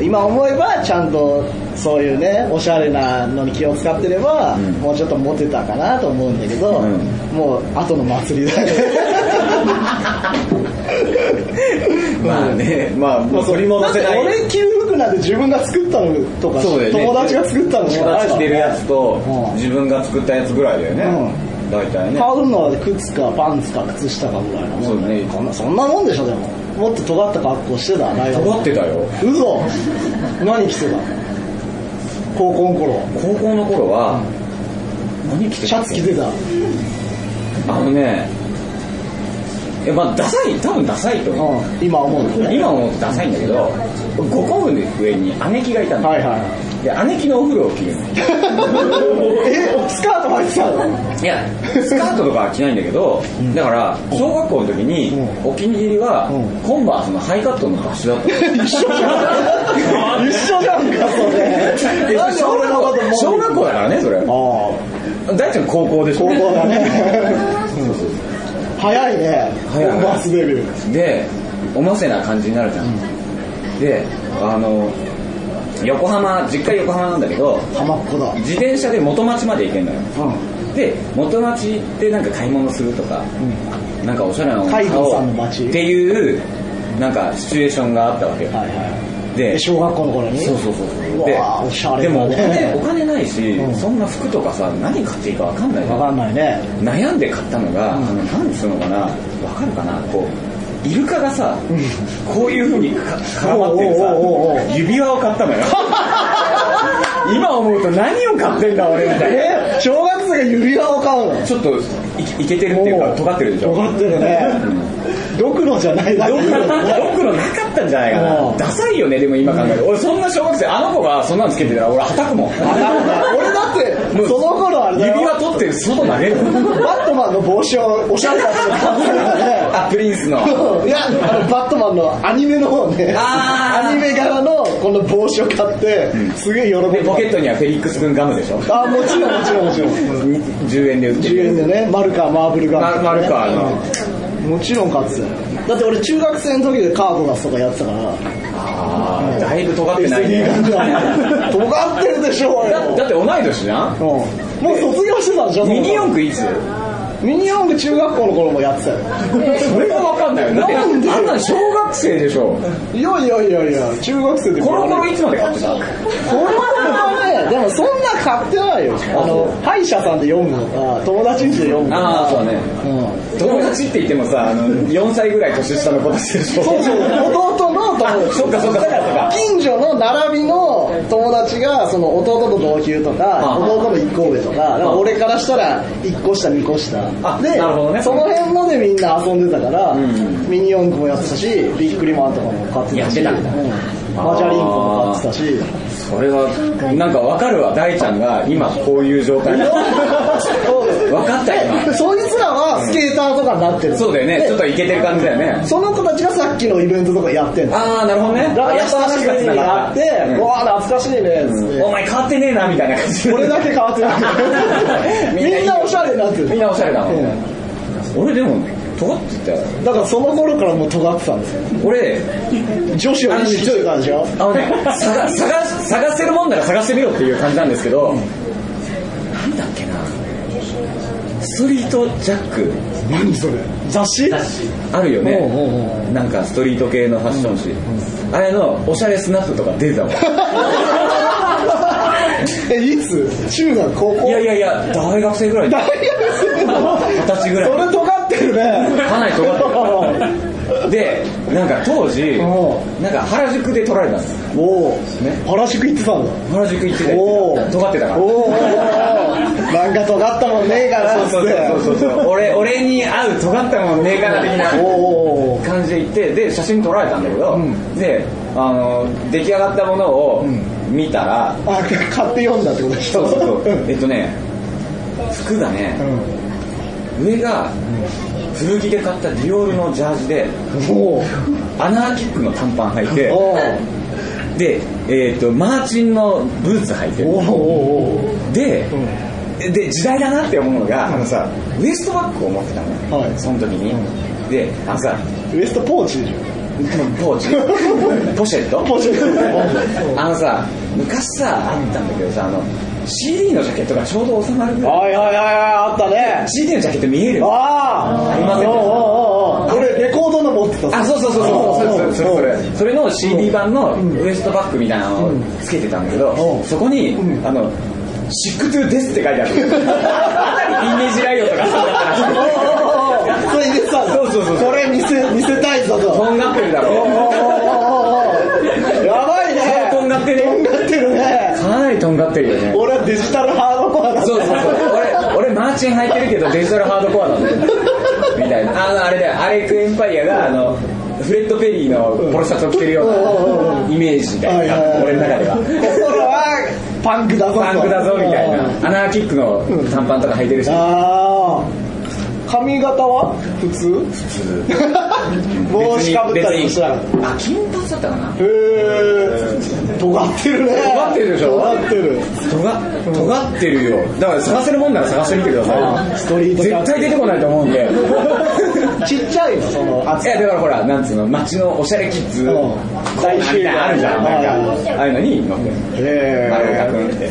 Speaker 2: 今思えばちゃんとそういうねおしゃれなのに気を使ってれば、もうちょっとモテたかなと思うんだけど、
Speaker 1: うん
Speaker 2: もう後の祭り だね
Speaker 1: まあねまあ
Speaker 2: だって俺着る服なんで自分が作ったのとか、
Speaker 1: そうだよね
Speaker 2: 友達が作ったのと
Speaker 1: 友
Speaker 2: か
Speaker 1: 達着てるやつと自分が作ったやつぐらいだよね、大体ね
Speaker 2: 買うのは靴かパンツか靴下かぐらいのもん
Speaker 1: そうだね
Speaker 2: こんなそんなもんでしょでももっと尖った格好してた大学
Speaker 1: 尖ってたよ
Speaker 2: 嘘何着てた高校の頃
Speaker 1: 高校の頃は何着て
Speaker 2: シャツ着てた
Speaker 1: あのねえまあダサい多分ダサいと思う
Speaker 2: うん今思うとね
Speaker 1: 今思うとダサいんだけど五個分で上に姉貴がいたんだ、
Speaker 2: はいはい
Speaker 1: で姉貴のお風呂を着るの
Speaker 2: えスカート履いてたの
Speaker 1: いやスカートとかは着ないんだけど、だから小学校の時にお気に入りは、コンバースのハイカットのバッシュだったの
Speaker 2: 一緒じゃん一緒じゃんかそれなん で
Speaker 1: 小
Speaker 2: 俺
Speaker 1: 学
Speaker 2: のこと
Speaker 1: 校小学校だからねそれ
Speaker 2: あ
Speaker 1: 大ちゃん高校で
Speaker 2: あ
Speaker 1: し
Speaker 2: 高
Speaker 1: ょ
Speaker 2: 校だね早いね
Speaker 1: 早い
Speaker 2: コンバースデビュー
Speaker 1: でおませな感じになるじゃん、であの横浜実家横浜なんだけど
Speaker 2: 浜っ子だ
Speaker 1: 自転車で元町まで行けんのよ
Speaker 2: う
Speaker 1: で元町ってなんか買い物するとか、なんかおしゃれなもの
Speaker 2: 海
Speaker 1: 買
Speaker 2: 軍
Speaker 1: お
Speaker 2: さんの
Speaker 1: うっ
Speaker 2: 街
Speaker 1: ていうなんかシチュエーションがあったわけよ
Speaker 2: んはいは
Speaker 1: で
Speaker 2: い小学校の頃に
Speaker 1: そうそうそう
Speaker 2: う
Speaker 1: そう
Speaker 2: わーおしゃれ
Speaker 1: で
Speaker 2: だね
Speaker 1: もお金お金ないし、
Speaker 2: ん
Speaker 1: そんな服とかさ何買っていいか分かんないじゃ
Speaker 2: わ
Speaker 1: ん
Speaker 2: かんないね
Speaker 1: 悩んで買ったのが、あのなんつうのかな分かるかなこうイルカがさ、こういうふうにか絡まってるさ
Speaker 2: おうおうおうおう
Speaker 1: 指輪を買 ったのよ今思うと何を買ってんだ俺みたいな
Speaker 2: え小学生が指輪を買うの
Speaker 1: ちょっといいけてるっていうか尖ってるでしょ
Speaker 2: 尖ってるねドクロじゃないだけ
Speaker 1: ドクロドクロなかったんじゃないか
Speaker 2: う
Speaker 1: なんダサいよねでも今考える俺そんな小学生あの子がそんなのつけてたら俺はたくもん
Speaker 2: 俺だってその頃あれだよ
Speaker 1: 指輪取って外投げる
Speaker 2: バットマンの帽子をおしゃれな人にかぶせた ね
Speaker 1: あプリンスの
Speaker 2: いやあのバットマンのアニメの方ね
Speaker 1: あー
Speaker 2: アニメ柄のこの帽子を買ってすげえ喜ん
Speaker 1: で
Speaker 2: で
Speaker 1: ポケットにはフェリックス君ガムでしょ
Speaker 2: あもちろんもちろんもちろん
Speaker 1: 10円で売って
Speaker 2: 10円
Speaker 1: る
Speaker 2: でねマルカーマーブルガ
Speaker 1: ま
Speaker 2: ー
Speaker 1: マルカーの
Speaker 2: もちろん買ってたよだって俺中学生の時でカード出すとかやってたから
Speaker 1: あーだいぶ尖ってないね
Speaker 2: 尖ってるでしょ俺
Speaker 1: だだって同い年じゃん
Speaker 2: うんもう卒業してたでしょ
Speaker 1: ミニ四
Speaker 2: ク
Speaker 1: 駆いつ
Speaker 2: ミニ四駆中学校の頃もやってたよ
Speaker 1: それが分かんないよだってあんなん小学生でしょ
Speaker 2: いやいやいやいや中学生で
Speaker 1: コロコロ
Speaker 2: い
Speaker 1: いつまで買ってた
Speaker 2: コロコロはねでもそんな買ってないよあの歯医者さんで読むのか友達んちで読むのか
Speaker 1: ああそうだね
Speaker 2: うん
Speaker 1: 友達って言ってもさあの4歳ぐらい年下の子たちでしょ
Speaker 2: そうそう弟の友達
Speaker 1: そっかそっかそっかそっか
Speaker 2: 近所の並びの友達がその弟と同級とか
Speaker 1: あ
Speaker 2: 弟の一個上とかだから俺からしたら一個下二個下
Speaker 1: あ
Speaker 2: で
Speaker 1: なるほどね
Speaker 2: その辺のでみんな遊んでたから
Speaker 1: ん
Speaker 2: ミニ四駆もやってたしビックリマンとかも買って
Speaker 1: や
Speaker 2: た
Speaker 1: っ
Speaker 2: して
Speaker 1: たんだ
Speaker 2: うんマジャリンコも買ってたし
Speaker 1: それはなんか分かるわ大ちゃんが今こういう状 態分かったよ
Speaker 2: でそいつらはスケーターとかになってる
Speaker 1: 今そうだよね
Speaker 2: で
Speaker 1: ちょっとイケてる感じだよね
Speaker 2: その子たちがさっきのイベントとかやってんのだ
Speaker 1: ああなるほどね
Speaker 2: から優しくやって
Speaker 1: うん
Speaker 2: 「うわ懐かしいね」っつって
Speaker 1: お前変わってねえなみたいな感じ
Speaker 2: 俺だけ変わってないみんなおしゃれになってる
Speaker 1: みんなおしゃれだもんね俺でも尖ってたよ
Speaker 2: だからその頃からもう尖ってたんですよ
Speaker 1: 俺
Speaker 2: 女子を意識してたんでしょ
Speaker 1: あの ね探探し探せるもんなら探してみようっていう感じなんですけどなんだっけなストリートジャック
Speaker 2: 何それ雑誌
Speaker 1: あるよね
Speaker 2: おうおう
Speaker 1: なんかストリート系のファッション誌、あれのおしゃれスナップとか出てたもん い
Speaker 2: えいつ中学高校
Speaker 1: やいやいや大学生ぐらい
Speaker 2: 大学生の
Speaker 1: 二十歳ぐらい
Speaker 2: それ尖ってるね
Speaker 1: かなり尖ってるでなんか当時
Speaker 2: お
Speaker 1: なんか原宿で撮られたんです
Speaker 2: おお
Speaker 1: ね
Speaker 2: 原宿行ってたんだ
Speaker 1: 原宿行ってて
Speaker 2: おー
Speaker 1: 尖ってたから
Speaker 2: おおおーなんか尖ったもんねえから
Speaker 1: そうそうそうそうそう俺俺に合う尖ったもんねえから的な
Speaker 2: おおお
Speaker 1: 感じで行ってで写真撮られたんだけど、であの出来上がったものを見たら、
Speaker 2: あ買って読んだってことでし
Speaker 1: そ
Speaker 2: ょ
Speaker 1: うそうそうえっとね服がね、上が古着で買ったディオールのジャージで
Speaker 2: おお
Speaker 1: アナーキックの短パン履いて
Speaker 2: おー
Speaker 1: で、えっとマーチンのブーツ履いて
Speaker 2: おーおーおー
Speaker 1: で、で時代だなって思うのが、あのさウエストバッグを持ってたのね、
Speaker 2: はい
Speaker 1: その時に、であのさ
Speaker 2: ウエストポーチでしょ
Speaker 1: ポーチ ポシェット
Speaker 2: ポシェッ
Speaker 1: あのさ昔さあったんだけどさあの CD のジャケットがちょうど収まるぐらい
Speaker 2: はいはいはいはいあったね
Speaker 1: CD のジャケット見えるよ
Speaker 2: ああ
Speaker 1: ありません
Speaker 2: おうおうおうおう俺レコードもの持ってた
Speaker 1: あ、そうそうそうそう、それそれそれそれ。それの CD 版のウエストバッグみたいなのをつけてたんだけど、そこに、あの、シックトゥーですって書いてある。イメージライオンとかそうだったらしい
Speaker 2: それ入れてたんだ
Speaker 1: そうそうそうそう
Speaker 2: これ見せ見せたいぞと
Speaker 1: とんがってるだ
Speaker 2: おーおーお
Speaker 1: ろ。
Speaker 2: ーおーやばいね
Speaker 1: とんがって
Speaker 2: とん
Speaker 1: ね。
Speaker 2: がってるね
Speaker 1: かなりとんがってるよね。
Speaker 2: 俺はデジタルハードコアだ
Speaker 1: そうそうそう。俺、俺マーチン履いてるけどデジタルハードコアなんだよ。みたいな。あの、あれだよ、アレックエンパイアが、あの、フレッド・ペリーのポロシャツを着てるようなイメージみたい
Speaker 2: はいはいは
Speaker 1: な、
Speaker 2: い
Speaker 1: 俺の中では。
Speaker 2: 心はパンクだぞと
Speaker 1: パンクだぞみたいな。アナーキックの短パンとか履いてるし。
Speaker 2: ああ髪型は普通帽子かぶったりもしなかった
Speaker 1: あ、金髪だったかな
Speaker 2: へえ尖ってるね
Speaker 1: 尖ってるでしょ
Speaker 2: 尖ってる
Speaker 1: 尖尖ってるよ。だから探せるもんなら探してみてください。
Speaker 2: ストリートキャ
Speaker 1: 絶
Speaker 2: ッ
Speaker 1: 対出てこないと思うんで。
Speaker 2: プちっちゃいのその厚
Speaker 1: いやだからほらなんつうの街のおしゃれキッズ
Speaker 2: うん大
Speaker 1: みたいなのあるじゃんなんかああいうのに乗ってあれを
Speaker 2: へ
Speaker 1: 確認して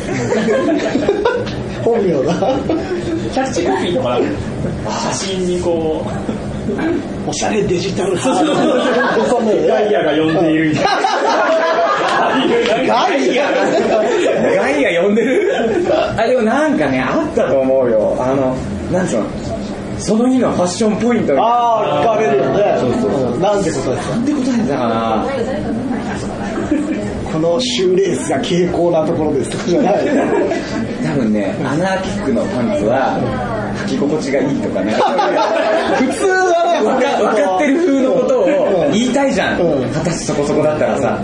Speaker 2: え本名だ
Speaker 9: キャッチコピーとかある写真にこう
Speaker 2: おしゃれデジタルハ
Speaker 9: そうそう
Speaker 2: ードコア
Speaker 9: ガイアが呼んでいるみたいなああいうなんか
Speaker 2: ガイア
Speaker 1: ガイア呼んでるあでもなんかねあったと思うよあのなんつうのその日のファッションポイントみたいな
Speaker 2: ああ聞かれるよねうんなんてことですか
Speaker 1: なんて答えてたかな
Speaker 2: このシューレースが傾向なところですとかじゃない
Speaker 1: 多分ねアナーキックのパンツは履き心地がいいとか ね
Speaker 2: 普通はね
Speaker 1: わかわかってる風のことを言いたいじゃん
Speaker 2: うん
Speaker 1: 二十歳そこそこだったらさ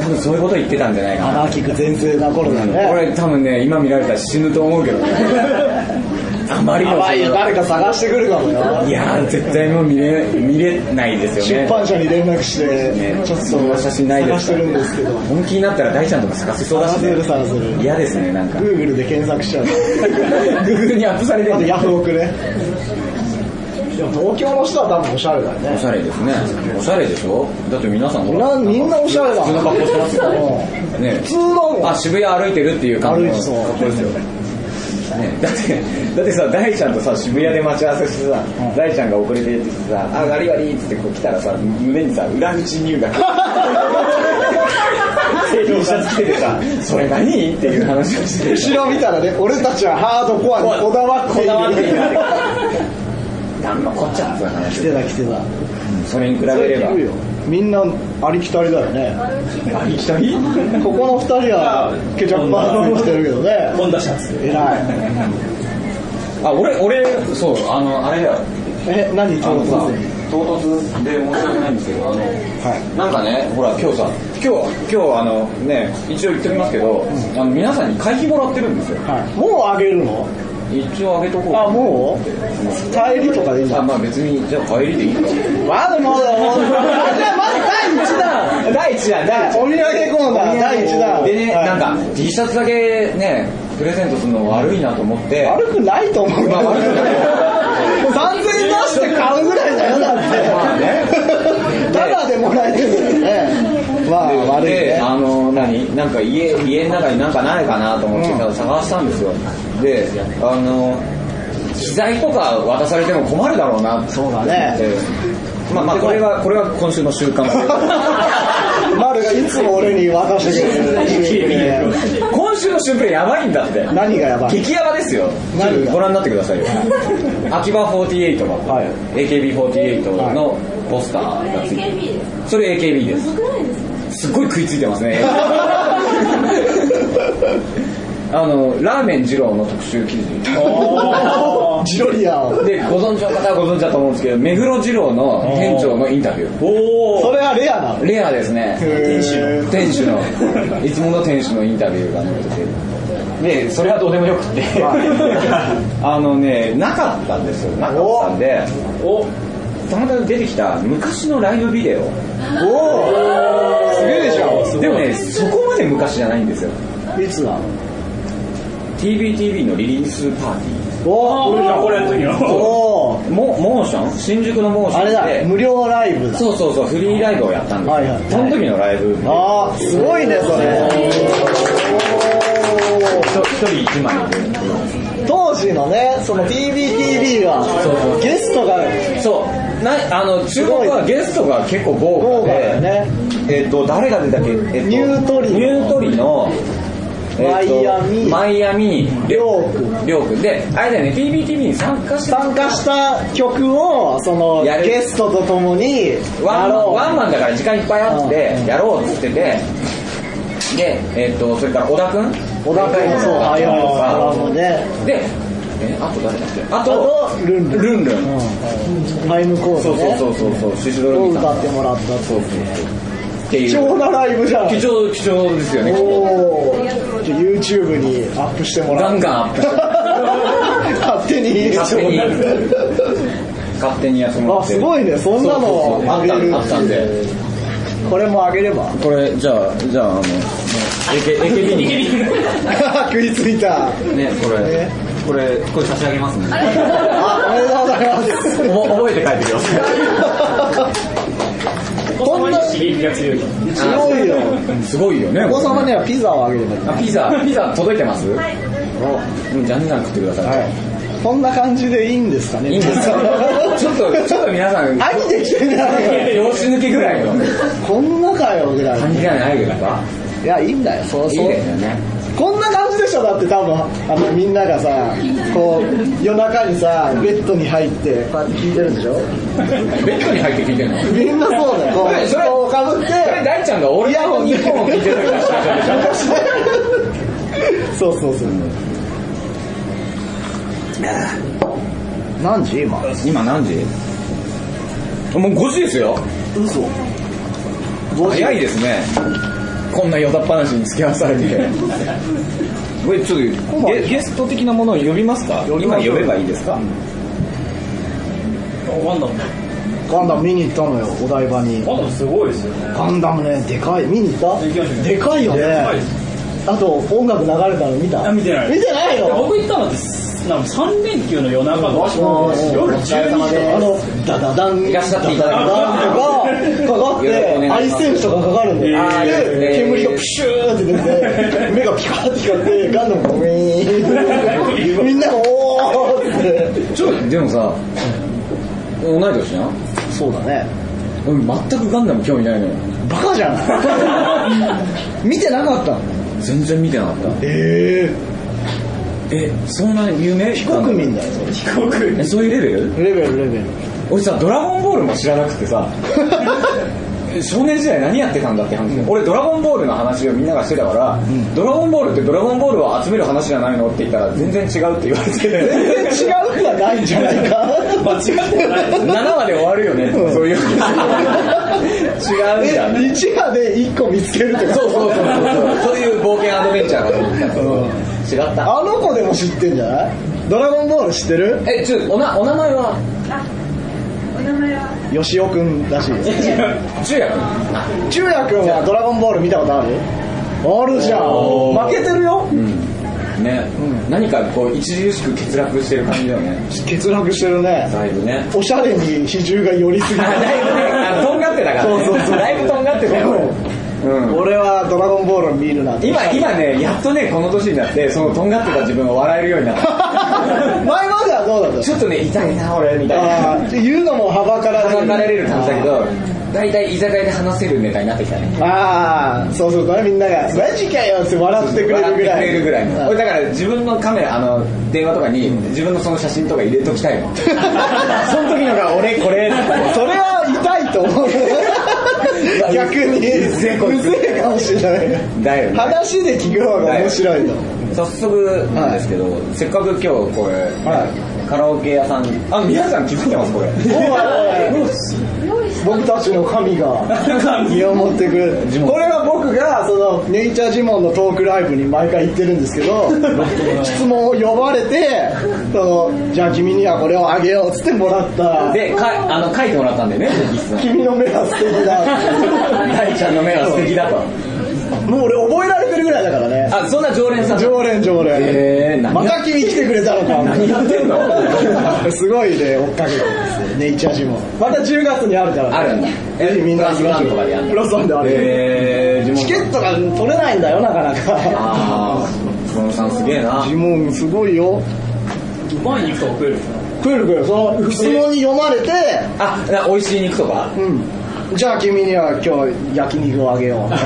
Speaker 1: 多分そういうこと言ってたんじゃないかな
Speaker 2: アナーキック全盛な頃だね
Speaker 1: 俺多分ね今見られたら死ぬと思うけどねあまり
Speaker 2: や
Speaker 1: の
Speaker 2: ばいよ誰か探してくるかもよ
Speaker 1: いやー絶対もう見れ見れないですよ
Speaker 2: 出
Speaker 1: ね
Speaker 2: 版社に連絡して、
Speaker 1: ね
Speaker 2: ちょっと
Speaker 1: そんな写真ないで
Speaker 2: 探
Speaker 1: す
Speaker 2: してるんですけど
Speaker 1: 本気になったら大ちゃんとか探せそうだ
Speaker 2: 探
Speaker 1: し、
Speaker 2: せる
Speaker 1: ね、
Speaker 2: 探せる
Speaker 1: 嫌ですね なんか
Speaker 2: Google で検索しちゃう
Speaker 1: Google にアップされて
Speaker 2: あと
Speaker 1: る
Speaker 2: ヤフオクねでも東京の人は多分おしゃれだよ
Speaker 1: お
Speaker 2: ね
Speaker 1: しゃれですねおしゃれでしょだって皆さんほら
Speaker 2: なみんなおしゃれだ
Speaker 1: 普通の格好してますよね
Speaker 2: 普通だもん
Speaker 1: あ渋谷歩いてるっていう感じ
Speaker 2: 歩いてそう
Speaker 1: 格好ですよね、だってだってさ大ちゃんとさ渋谷で待ち合わせしてさ、大ちゃんが遅れてってさ「あガリガリ」っつってこう来たらさ胸にさ裏口入 学 T シャツ着ててさ「それ何?」っていう話をして
Speaker 2: 後ろ見たらね俺たちはハードコアにこだわって
Speaker 1: こ
Speaker 2: いる
Speaker 1: だわっているなんのこっちゃっつう話
Speaker 2: 来てた来てた
Speaker 1: それに比べ
Speaker 2: そ
Speaker 1: れ
Speaker 2: れ
Speaker 1: ば
Speaker 2: 聞くよみんなありきたりだよね
Speaker 1: ありきたり
Speaker 2: ここの二人はケチャップマークしてるけどね
Speaker 9: 飛んだシャツ
Speaker 2: 偉い
Speaker 1: あ俺俺そうあのあれだよ
Speaker 2: え何
Speaker 1: あ
Speaker 2: 唐
Speaker 1: の
Speaker 2: 突
Speaker 1: さ
Speaker 2: に
Speaker 1: 唐突で申し訳ないんですけどあの、
Speaker 2: い
Speaker 1: なんかねほら今日さ今日今日あのね一応言っておきますけど、あの皆さんに会費もらってるんですよ
Speaker 2: はい、もうあげるの
Speaker 1: 一応あげとこう
Speaker 2: あもう帰りとかでいいん
Speaker 1: あ
Speaker 2: だ
Speaker 1: まあ別にじゃあ帰りでいいか
Speaker 2: まだまだまだじゃあまず第1弾
Speaker 1: 第1弾第1弾
Speaker 2: お土産コーナー第1弾
Speaker 1: でね、
Speaker 2: はい
Speaker 1: なんか T シャツだけねプレゼントするの悪いなと思って
Speaker 2: 悪くないと思うけど
Speaker 1: まあ悪くない
Speaker 2: 3000円出して買うぐらいだよ
Speaker 1: まあね
Speaker 2: だってただでもらえるのにねまあ悪い
Speaker 1: で
Speaker 2: ね
Speaker 1: あの何なんか家家の中になんかないかなと思ってたら探したんですよ、であの機材とか渡されても困るだろうなそうだ
Speaker 2: ね
Speaker 1: まあまあこれはこれは今週の週刊
Speaker 2: 丸がいつも俺に渡してくれる
Speaker 1: 今週の週プレやばいんだって
Speaker 2: 何がやばい
Speaker 1: 激ヤバですよ
Speaker 2: 何が
Speaker 1: ご覧になってください よ秋葉48とか、
Speaker 2: はい
Speaker 1: AKB48 のポスターがついてるそれ AKB ですすっごい食いついてます ねあのラーメン二郎の特集記事
Speaker 2: ジロリアを
Speaker 1: でご存知の方はご存知だと思うんですけど目黒二郎の店長のインタビュー
Speaker 2: それはレアなの
Speaker 1: レアですね
Speaker 2: へー
Speaker 1: 店主のいつもの店主のインタビューが載っててでそれはどうでもよくってあのねなかったんですよなかったんでおたまたま出てきた昔のライブビデオ
Speaker 2: おおすげえでしょ
Speaker 1: でもねそこまで昔じゃないんですよ
Speaker 2: いつなの
Speaker 1: TBTV のリリースパーテ
Speaker 2: お
Speaker 9: 俺がこれの時
Speaker 2: お
Speaker 9: は
Speaker 2: おー
Speaker 1: ィーモモーション新宿のモーシ
Speaker 2: あれだ
Speaker 1: ョンで
Speaker 2: 無料ライブだ
Speaker 1: そうそうそうフリーライブをやったんですよ、
Speaker 2: はいはい
Speaker 1: その時のライブ
Speaker 2: ああすごいねそれ
Speaker 1: 一人一枚で
Speaker 2: 当時のねその TBTV はゲストが
Speaker 1: そうないあの注目はゲストが結構豪華で、えっと誰が出たっけ、えっと
Speaker 2: ニュートリノ
Speaker 1: ニュートリの、
Speaker 2: マイアミ
Speaker 1: マイアミ
Speaker 2: りょうくん
Speaker 1: りょうくんであれだよね TBTV に参加してた
Speaker 2: 参加した曲をその
Speaker 1: やる
Speaker 2: ゲストとともに
Speaker 1: ワンマ
Speaker 2: や
Speaker 1: ン
Speaker 2: ろう
Speaker 1: ワンマンだから時間いっぱいあってやろうっつっててでえっとそれから小田くん
Speaker 2: 小田君もそう
Speaker 1: 小
Speaker 2: あやも
Speaker 1: 田
Speaker 2: さんもね
Speaker 1: 君でえあと誰だっけあ
Speaker 2: あと
Speaker 1: と
Speaker 2: ルンルン
Speaker 1: ルンルン
Speaker 2: タイムコー
Speaker 1: そうそう
Speaker 2: ドね
Speaker 1: そうそうそうシシドロ
Speaker 2: を
Speaker 1: ギさん
Speaker 2: 歌ってもらった
Speaker 1: そうそうそうっていう
Speaker 2: 貴重なライブじゃん
Speaker 1: 貴重貴重ですよね
Speaker 2: おお YouTube にアップしてもら
Speaker 1: ガ
Speaker 2: う
Speaker 1: ンガンアップして
Speaker 2: 勝手に
Speaker 1: 勝手に勝手にやってもら
Speaker 2: あ
Speaker 1: って
Speaker 2: すごいねそんな
Speaker 1: そうそうそう
Speaker 2: の
Speaker 1: あ
Speaker 2: あ
Speaker 1: っ
Speaker 2: げる
Speaker 1: たあったんで
Speaker 2: これもあげれば
Speaker 1: これじゃあじゃああの AK AKB に
Speaker 2: 食いついた
Speaker 1: ねこれこれこれ差し上げますね
Speaker 2: あおめでとうございます
Speaker 1: おぼ覚えて帰ってください
Speaker 9: こんなに刺激が強い。
Speaker 2: すごいよ
Speaker 1: すごいよね
Speaker 2: お子様にはピザをあげればいい
Speaker 1: あピザピザ届いてますはいうんじゃんじゃん食ってください、
Speaker 2: はいこんな感じでいいんですかね
Speaker 1: い、いんですかちょっとちょっと皆さん
Speaker 2: 兄できてんだよ
Speaker 1: 拍子抜けぐ らいの
Speaker 2: こんなかよぐらい
Speaker 1: 感じじゃないですか
Speaker 2: いやいいんだよそう
Speaker 1: いい
Speaker 2: そう
Speaker 1: ですよね
Speaker 2: こんな感じでしょだって多分あのみんながさこう夜中にさベッドに入ってこうやって聞いてるんでしょ
Speaker 1: ベッドに入って聞いてんのそ
Speaker 2: みんなそうだよこ
Speaker 1: それ
Speaker 2: うこうかぶって
Speaker 1: れ大ちゃんが俺
Speaker 2: イヤホン
Speaker 1: 日本を聞いてるから
Speaker 2: そうそうそう何時今
Speaker 1: 今何時もう5時ですよ
Speaker 2: 嘘
Speaker 1: 早いですねこんなよだっぱなしに付き合わさ れてこれちょっとゲゲスト的なものを呼びますか今呼べばいいですか
Speaker 9: ワンダム。
Speaker 2: ガンダム見に行ったのよお台場に
Speaker 9: ワンダムすごいですよね。
Speaker 2: ガンダムねでかい見に行っ
Speaker 9: 行きましたた
Speaker 2: でかいよね
Speaker 9: いで
Speaker 2: あと音楽流れたの見た
Speaker 9: あ見てない
Speaker 2: 見てないの
Speaker 9: 僕行ったのって、なんか3連休の夜中の夜
Speaker 2: もう
Speaker 9: 12時
Speaker 2: あのダダダン
Speaker 1: いらっしゃっていた
Speaker 2: ダ
Speaker 1: だ
Speaker 2: ダ
Speaker 1: き
Speaker 2: ダンとかかかっ
Speaker 1: よろしくお
Speaker 2: て
Speaker 1: 願
Speaker 2: ア
Speaker 1: い
Speaker 2: イ
Speaker 1: します
Speaker 2: センスとかかかるんだ
Speaker 1: あーいいです
Speaker 2: よ
Speaker 1: ね
Speaker 2: で煙がプシューって出て目がピカーって光ってガンダムがウィーンみんながおーって
Speaker 1: ちょっとでもさ同い年じゃん
Speaker 2: そうだね
Speaker 1: 俺全くガンダム興味ないのよ
Speaker 2: バカじゃない見てなかったの
Speaker 1: 全然見てなかった
Speaker 2: え
Speaker 1: えそんな有名非
Speaker 2: 非国民だよそれ
Speaker 1: えそういうレベル
Speaker 2: レベルレベル
Speaker 1: 俺さ「ドラゴンボール」も知らなくて さ少年時代何やってたんだって話、俺「ドラゴンボール」の話をみんながしてたから「ドラゴンボールってドラゴンボールを集める話じゃないの?」って言ったら全然違うって言われ
Speaker 2: 全
Speaker 1: て
Speaker 2: 然違うくはないんじゃないか
Speaker 1: 7話で終わるよね、
Speaker 2: ん
Speaker 1: そういう違うんだね
Speaker 2: え一話で一個見つけるってこと
Speaker 1: そうそうそうそうそういう冒険アドベンチャーだと思ったけど、違った
Speaker 2: あの子でも知ってんじゃないドラゴンボール知ってる
Speaker 1: えちょおなお名前は
Speaker 7: お名前は
Speaker 2: よしおくんらしいです。
Speaker 1: 中也君
Speaker 2: ちゅうやくんはドラゴンボール見たことあるあるじゃ
Speaker 1: おー
Speaker 2: ん。負けてるよ。
Speaker 1: ね、何かこう著しく欠落してる感じだよね
Speaker 2: 欠落してるね。
Speaker 1: だいぶね
Speaker 2: おしゃれに比重が寄りすぎて
Speaker 1: あだいぶねあのとんがってたから、ね、
Speaker 2: そうそうそう
Speaker 1: だいぶとんがってたよ、うん、
Speaker 2: 俺はドラゴンボールを見るなんて。
Speaker 1: 今今ねやっとねこの年になってそのとんがってた自分が笑えるようになった
Speaker 2: 前まではどうだった
Speaker 1: ちょっとね痛いな俺みたい
Speaker 2: あ
Speaker 1: な
Speaker 2: ー言うのもはばから
Speaker 1: 叩かれる感じだけ
Speaker 2: あ
Speaker 1: ど大体居酒屋で話せるネタになってきたね
Speaker 2: ーあー、そうそう、これみんなが、マジかよって笑ってくれるぐらい。
Speaker 1: 笑ってくれるぐらいの
Speaker 2: うん
Speaker 1: 俺だから自分のカメラあの電話とかに自分のその写真とか入れときたいの その時のが俺これ
Speaker 2: それは痛いと思う。逆に、
Speaker 1: う
Speaker 2: むず
Speaker 1: ぜえこいつ
Speaker 2: いかもしれない。
Speaker 1: だよね
Speaker 2: 話で聞く方が面白いと。
Speaker 1: 早速なんですけど、せっかく今日これ、カラオケ屋さんにあ皆さん気づいてますこれ
Speaker 2: 僕たちの神が見守ってくれる
Speaker 1: 呪文
Speaker 2: これは僕がそのネイチャージモンのトークライブに毎回行ってるんですけど質問を呼ばれてそのじゃあ君にはこれをあげようっつってもらった
Speaker 1: でかあの書いてもらったんだよね直筆の
Speaker 2: 君の目は素敵だ
Speaker 1: 大ちゃんの目は素敵だと
Speaker 2: もう俺覚えられてるぐらいだからね
Speaker 1: あそんな常連さん
Speaker 2: 常連常連、
Speaker 1: えー何
Speaker 2: また君来てくれたのか
Speaker 1: 何やってんの
Speaker 2: すごいね追っかけてますよネイチャージモンまた10月にあるから、ね、
Speaker 1: あるんだ
Speaker 2: ぜひみんな行きましょ
Speaker 1: ロスワンとかでやる
Speaker 2: うロスワンであるよ
Speaker 1: えー、ジモン
Speaker 2: チケットが取れないんだよなかなか
Speaker 1: ああジモンさんすげえな
Speaker 2: ジモンすごいよ
Speaker 9: 前に行くと遅れるんですよ。
Speaker 2: くるくるその質問に読まれて、
Speaker 1: あな美味しい肉とか
Speaker 2: うん、じゃあ君には今日焼肉を あげようで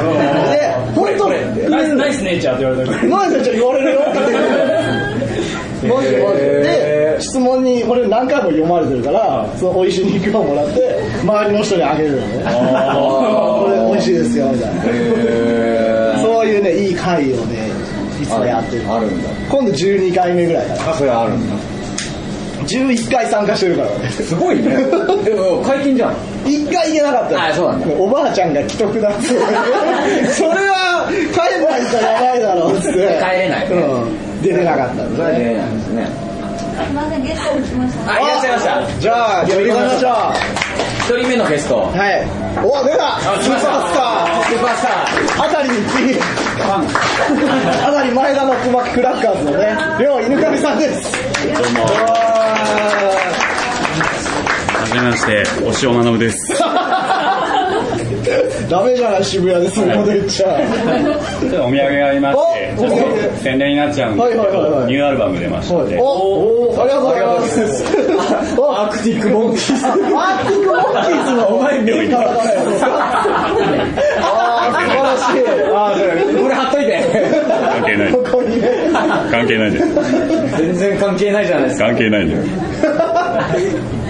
Speaker 2: 本当に
Speaker 9: ナイスナイスネイチャーって言われたから
Speaker 2: マジでちょっと言われるよってマジでマジでで質問にこれ何回も読まれてるからその美味しい肉をもらって周りの人にあげるのねこれ美味しいですよみたいなそういうねいい会をねいつもやってる
Speaker 1: あるんだ
Speaker 2: 今度12回目ぐらいだ
Speaker 1: あそれあるんだ
Speaker 2: 11回参加してるからね
Speaker 1: すご いねでも解禁じゃん
Speaker 2: 一回行けなかったの
Speaker 1: あそうなんだ
Speaker 2: おばあちゃんが既得 だっつってそれは帰んないとやばいだろうっつって帰
Speaker 1: れない
Speaker 2: うん、出れなかったん
Speaker 1: それは
Speaker 2: だ
Speaker 1: 出れ
Speaker 2: ね
Speaker 1: ないですね
Speaker 7: すいませんゲストに来ました
Speaker 1: あいらっしゃいました
Speaker 2: じゃあ呼びましょうは
Speaker 1: 一人目のゲスト
Speaker 2: いお出たスーパース
Speaker 1: スーパースター
Speaker 2: ターあたりに次あたり前田の小牧クラッカーズのね両犬神さんですどうも
Speaker 3: はじめまして、押尾学です。
Speaker 2: ダメじゃない渋谷でそんなこと言っちゃ
Speaker 3: ちょっとお土産がありまして、ち
Speaker 2: お
Speaker 3: ょっと宣伝になっちゃうんですけ
Speaker 2: はいはいはい
Speaker 3: ど、
Speaker 2: はい
Speaker 3: ニューアルバム出ましたので、
Speaker 2: おおありがとうございますお
Speaker 1: アークティックモンキーズ
Speaker 2: アーティックモンキーズのお前メインだからよああ素晴らしい
Speaker 1: こ
Speaker 2: あ
Speaker 1: れ貼っといて
Speaker 3: 関係ない。
Speaker 2: ここにね
Speaker 3: 関係ないです。
Speaker 1: 全然関係ないじゃないですか
Speaker 3: 関係ないです。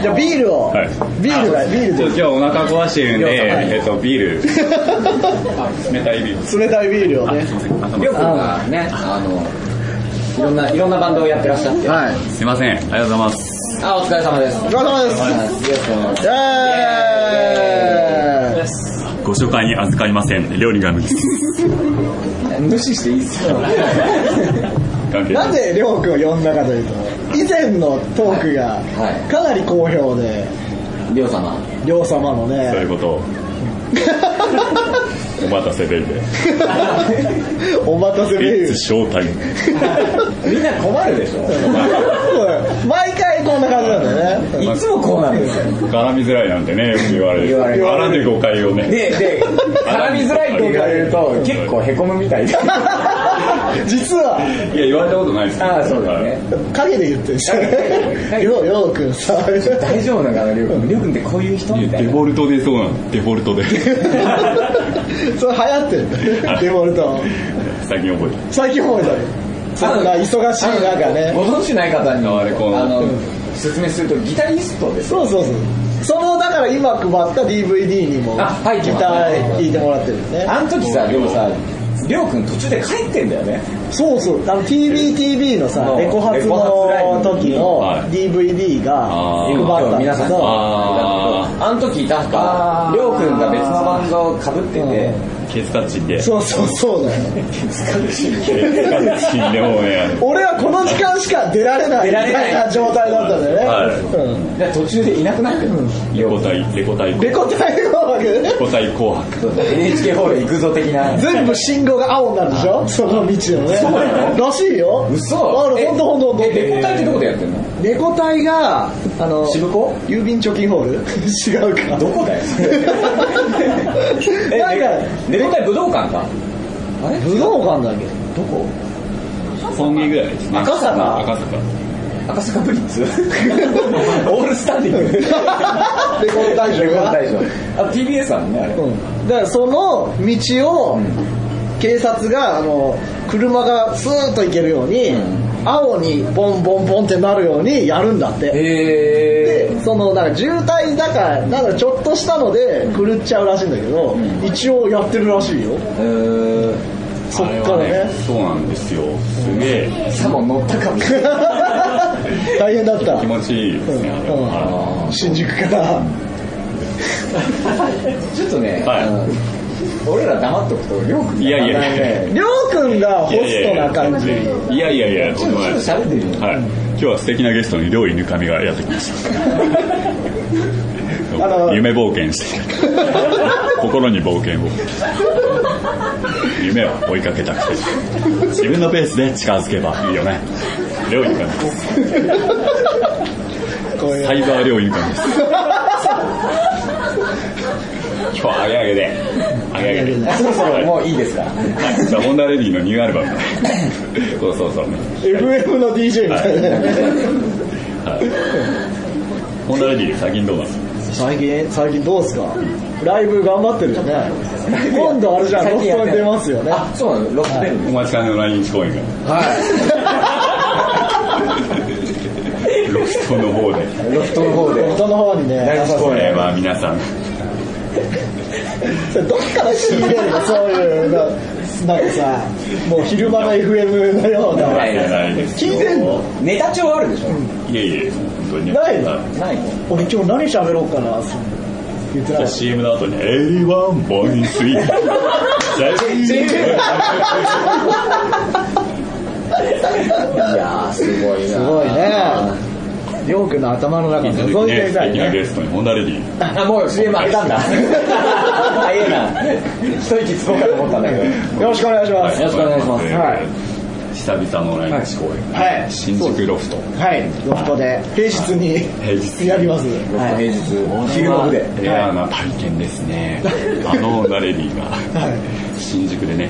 Speaker 2: じゃあビールを
Speaker 3: はい。
Speaker 2: ビールだビール
Speaker 3: ちょっと今日お腹壊してるんで、えっと、ビール。冷たいビール。
Speaker 2: で冷たいビールをね
Speaker 1: りょうくんがねあのいろんないろんなバンドをやってらっしゃって
Speaker 2: はい
Speaker 3: すいません、ありがとうございます。
Speaker 1: あお疲れ様です
Speaker 2: お疲れ様ですイエーイ
Speaker 3: ご紹介に預かりません。料理が無理です。
Speaker 1: 無視していいっすよ
Speaker 3: 関 係
Speaker 2: な
Speaker 3: ない。
Speaker 2: ぜりょうくんを呼んだかというと以前のトークが
Speaker 1: はい
Speaker 2: かなり好評で
Speaker 1: りょう様
Speaker 2: りょう様の
Speaker 3: そうい
Speaker 2: ね
Speaker 3: うことを。お待たせでいて。
Speaker 2: お待たせビール
Speaker 3: It's showtime。
Speaker 1: みんな困るでしょ
Speaker 2: 毎回こんな感じなんだよね
Speaker 1: いつもこうなんですよ
Speaker 3: 絡みづらいなんてね、よく言われる。
Speaker 1: 言われる
Speaker 3: 絡んで誤解をね。
Speaker 1: で、で、絡みづらいって言われると、結構へこむみたいで。
Speaker 2: 実はい
Speaker 3: や、言われたことないです
Speaker 1: ああ、そうだよね。
Speaker 2: 影で言ってるしねりょうりょうくんさ
Speaker 1: 大丈夫なのかな、りょうくん。りょうくんってこういう人みたい
Speaker 3: デ
Speaker 1: な。
Speaker 3: フォルトでそうなの。デフォル トで。
Speaker 2: それ流行ってるねデフォルト
Speaker 3: 最近覚えた。
Speaker 2: 最近覚えたよそんな忙しい中
Speaker 1: あ
Speaker 2: ね
Speaker 1: のご存知ない方に、
Speaker 3: あれこう
Speaker 1: あの、説明すると、ギタリストです。
Speaker 2: そうそうそうそのだから今配った DVD にもギタ
Speaker 1: あはい
Speaker 2: ー弾いてもらってるよね
Speaker 1: あの時さ、でもさ、りょうくん途中で帰ってんだよね。
Speaker 2: そうそうあの TBTB のさ
Speaker 1: そう
Speaker 2: レコ発
Speaker 1: レコ発ライ
Speaker 2: の
Speaker 1: ブの
Speaker 2: 時の
Speaker 3: はい
Speaker 2: DVD が
Speaker 3: あー
Speaker 2: 配ったんだ
Speaker 1: 皆さ
Speaker 2: け
Speaker 1: んに
Speaker 2: ど
Speaker 3: あ
Speaker 1: あの時、確か
Speaker 2: あ、ー
Speaker 1: りょうくんが別のバンドを被ってて、
Speaker 3: ケツカッチンで。
Speaker 2: そうそうそうだよ
Speaker 3: ケツカッチンでもうね、
Speaker 2: 俺はこの時間しか出られないみ
Speaker 1: 出られない
Speaker 2: たいな状態だったんだよね、
Speaker 3: は
Speaker 2: うん
Speaker 1: で途中でいなくなってる。
Speaker 3: レコ大、レコ大、
Speaker 2: レ
Speaker 3: レ
Speaker 2: コ大のわけで
Speaker 3: コ大紅白。
Speaker 1: NHK ホール行くぞ的な。
Speaker 2: 全部信号が青になるでしょその道のねらしいよ
Speaker 1: 嘘
Speaker 2: あれほんとほんとほんと
Speaker 1: え、レコ大ってどこでやってんの
Speaker 2: レコ大があの
Speaker 1: 渋子
Speaker 2: 郵便貯金ホール 違うか
Speaker 1: どこだよえ、
Speaker 2: なんか
Speaker 1: レコ大武道館か
Speaker 2: 武道館だっけ
Speaker 1: ど こ
Speaker 3: ソンギぐらいですね。
Speaker 2: 赤坂
Speaker 3: 赤坂。
Speaker 1: 赤坂ブリッ ツオールスタンディ ングレ
Speaker 2: レコ大賞が
Speaker 1: 大丈夫あ TBS だもんねあれ
Speaker 2: うんだからその道を警察があの車がスーッと行けるように、青にボンボンボンってなるようにやるんだって
Speaker 1: へ
Speaker 2: でそのなんか渋滞だからなんかちょっとしたので狂っちゃうらしいんだけど、一応やってるら しいよ
Speaker 1: え
Speaker 2: そっ
Speaker 3: あれ
Speaker 2: から
Speaker 3: は
Speaker 2: ね
Speaker 3: そうなんですよ。すげえ
Speaker 1: さも乗ったかも
Speaker 2: 大変だった
Speaker 3: 気持ちいいですね、あれ
Speaker 2: うん
Speaker 3: は。
Speaker 2: 新宿から
Speaker 1: ちょっとね、
Speaker 3: はい
Speaker 1: あの俺ら黙っとくとりょうくん
Speaker 3: いやいやいや
Speaker 1: ね
Speaker 2: りょうくんがホストな感じ
Speaker 3: いやいやいや、と
Speaker 1: ち
Speaker 3: ん
Speaker 1: ょっと
Speaker 3: でもないです。
Speaker 1: ちょっと喋ってるよ
Speaker 3: はい。今日は素敵なゲストに料理ぬかみがやってきました。
Speaker 2: あの
Speaker 3: 夢冒険してきた心に冒険を夢を追いかけたくて自分のペースで近づけばいいよね料理ぬかみです
Speaker 2: こういう
Speaker 3: サイバー料理ぬかみです今日はあげあげであげあげで
Speaker 1: あそろそろもういいですか
Speaker 3: はいじゃあホンダレディのニューアルバムそうそうそう
Speaker 2: FM の DJ みたいな、
Speaker 3: はいホンダレディ最近どうなの
Speaker 2: 最近最近どうですかライブ頑張ってるよね今度あれじゃんロフトに出ますよね
Speaker 1: あ、そうなのロックベン
Speaker 3: お待ちかねの来日公演がはいロフトの方で
Speaker 1: ロフトの方で。
Speaker 2: ロフトの方にね
Speaker 1: 来日公
Speaker 3: これ
Speaker 1: 演。
Speaker 3: は皆さん
Speaker 2: それどっから仕入れるのそういうのなんかさもう昼間の FM のような
Speaker 1: はい
Speaker 3: ないです
Speaker 2: 聞いてんの
Speaker 1: ネタ帳あるでしょ
Speaker 3: いえいえ本当にね
Speaker 2: ないの
Speaker 1: ないの
Speaker 2: 俺今日何喋ろうかなそう言ってな
Speaker 3: じ
Speaker 2: かっ
Speaker 3: ゃあ
Speaker 2: た
Speaker 3: CM の後に「A1 ボイスイ」
Speaker 1: いやー、すごいな。
Speaker 2: すごいねりょうくんの頭の中覗いてみたい
Speaker 3: 素敵な
Speaker 2: ね
Speaker 3: ゲストにホンダレディ
Speaker 1: あ、もう CM あげたんだ。あげえな。一息つこうかと思ったんだけど。
Speaker 2: よろしくお願いします
Speaker 1: よろしくお願いします
Speaker 2: はい
Speaker 3: 久々の来日公演、
Speaker 2: はい
Speaker 3: 新宿ロフト
Speaker 2: はいロフトで平日に
Speaker 3: 平日
Speaker 2: やります
Speaker 1: 平日、昼の部で。
Speaker 3: レアな体験ですね、あのナレディが新宿でね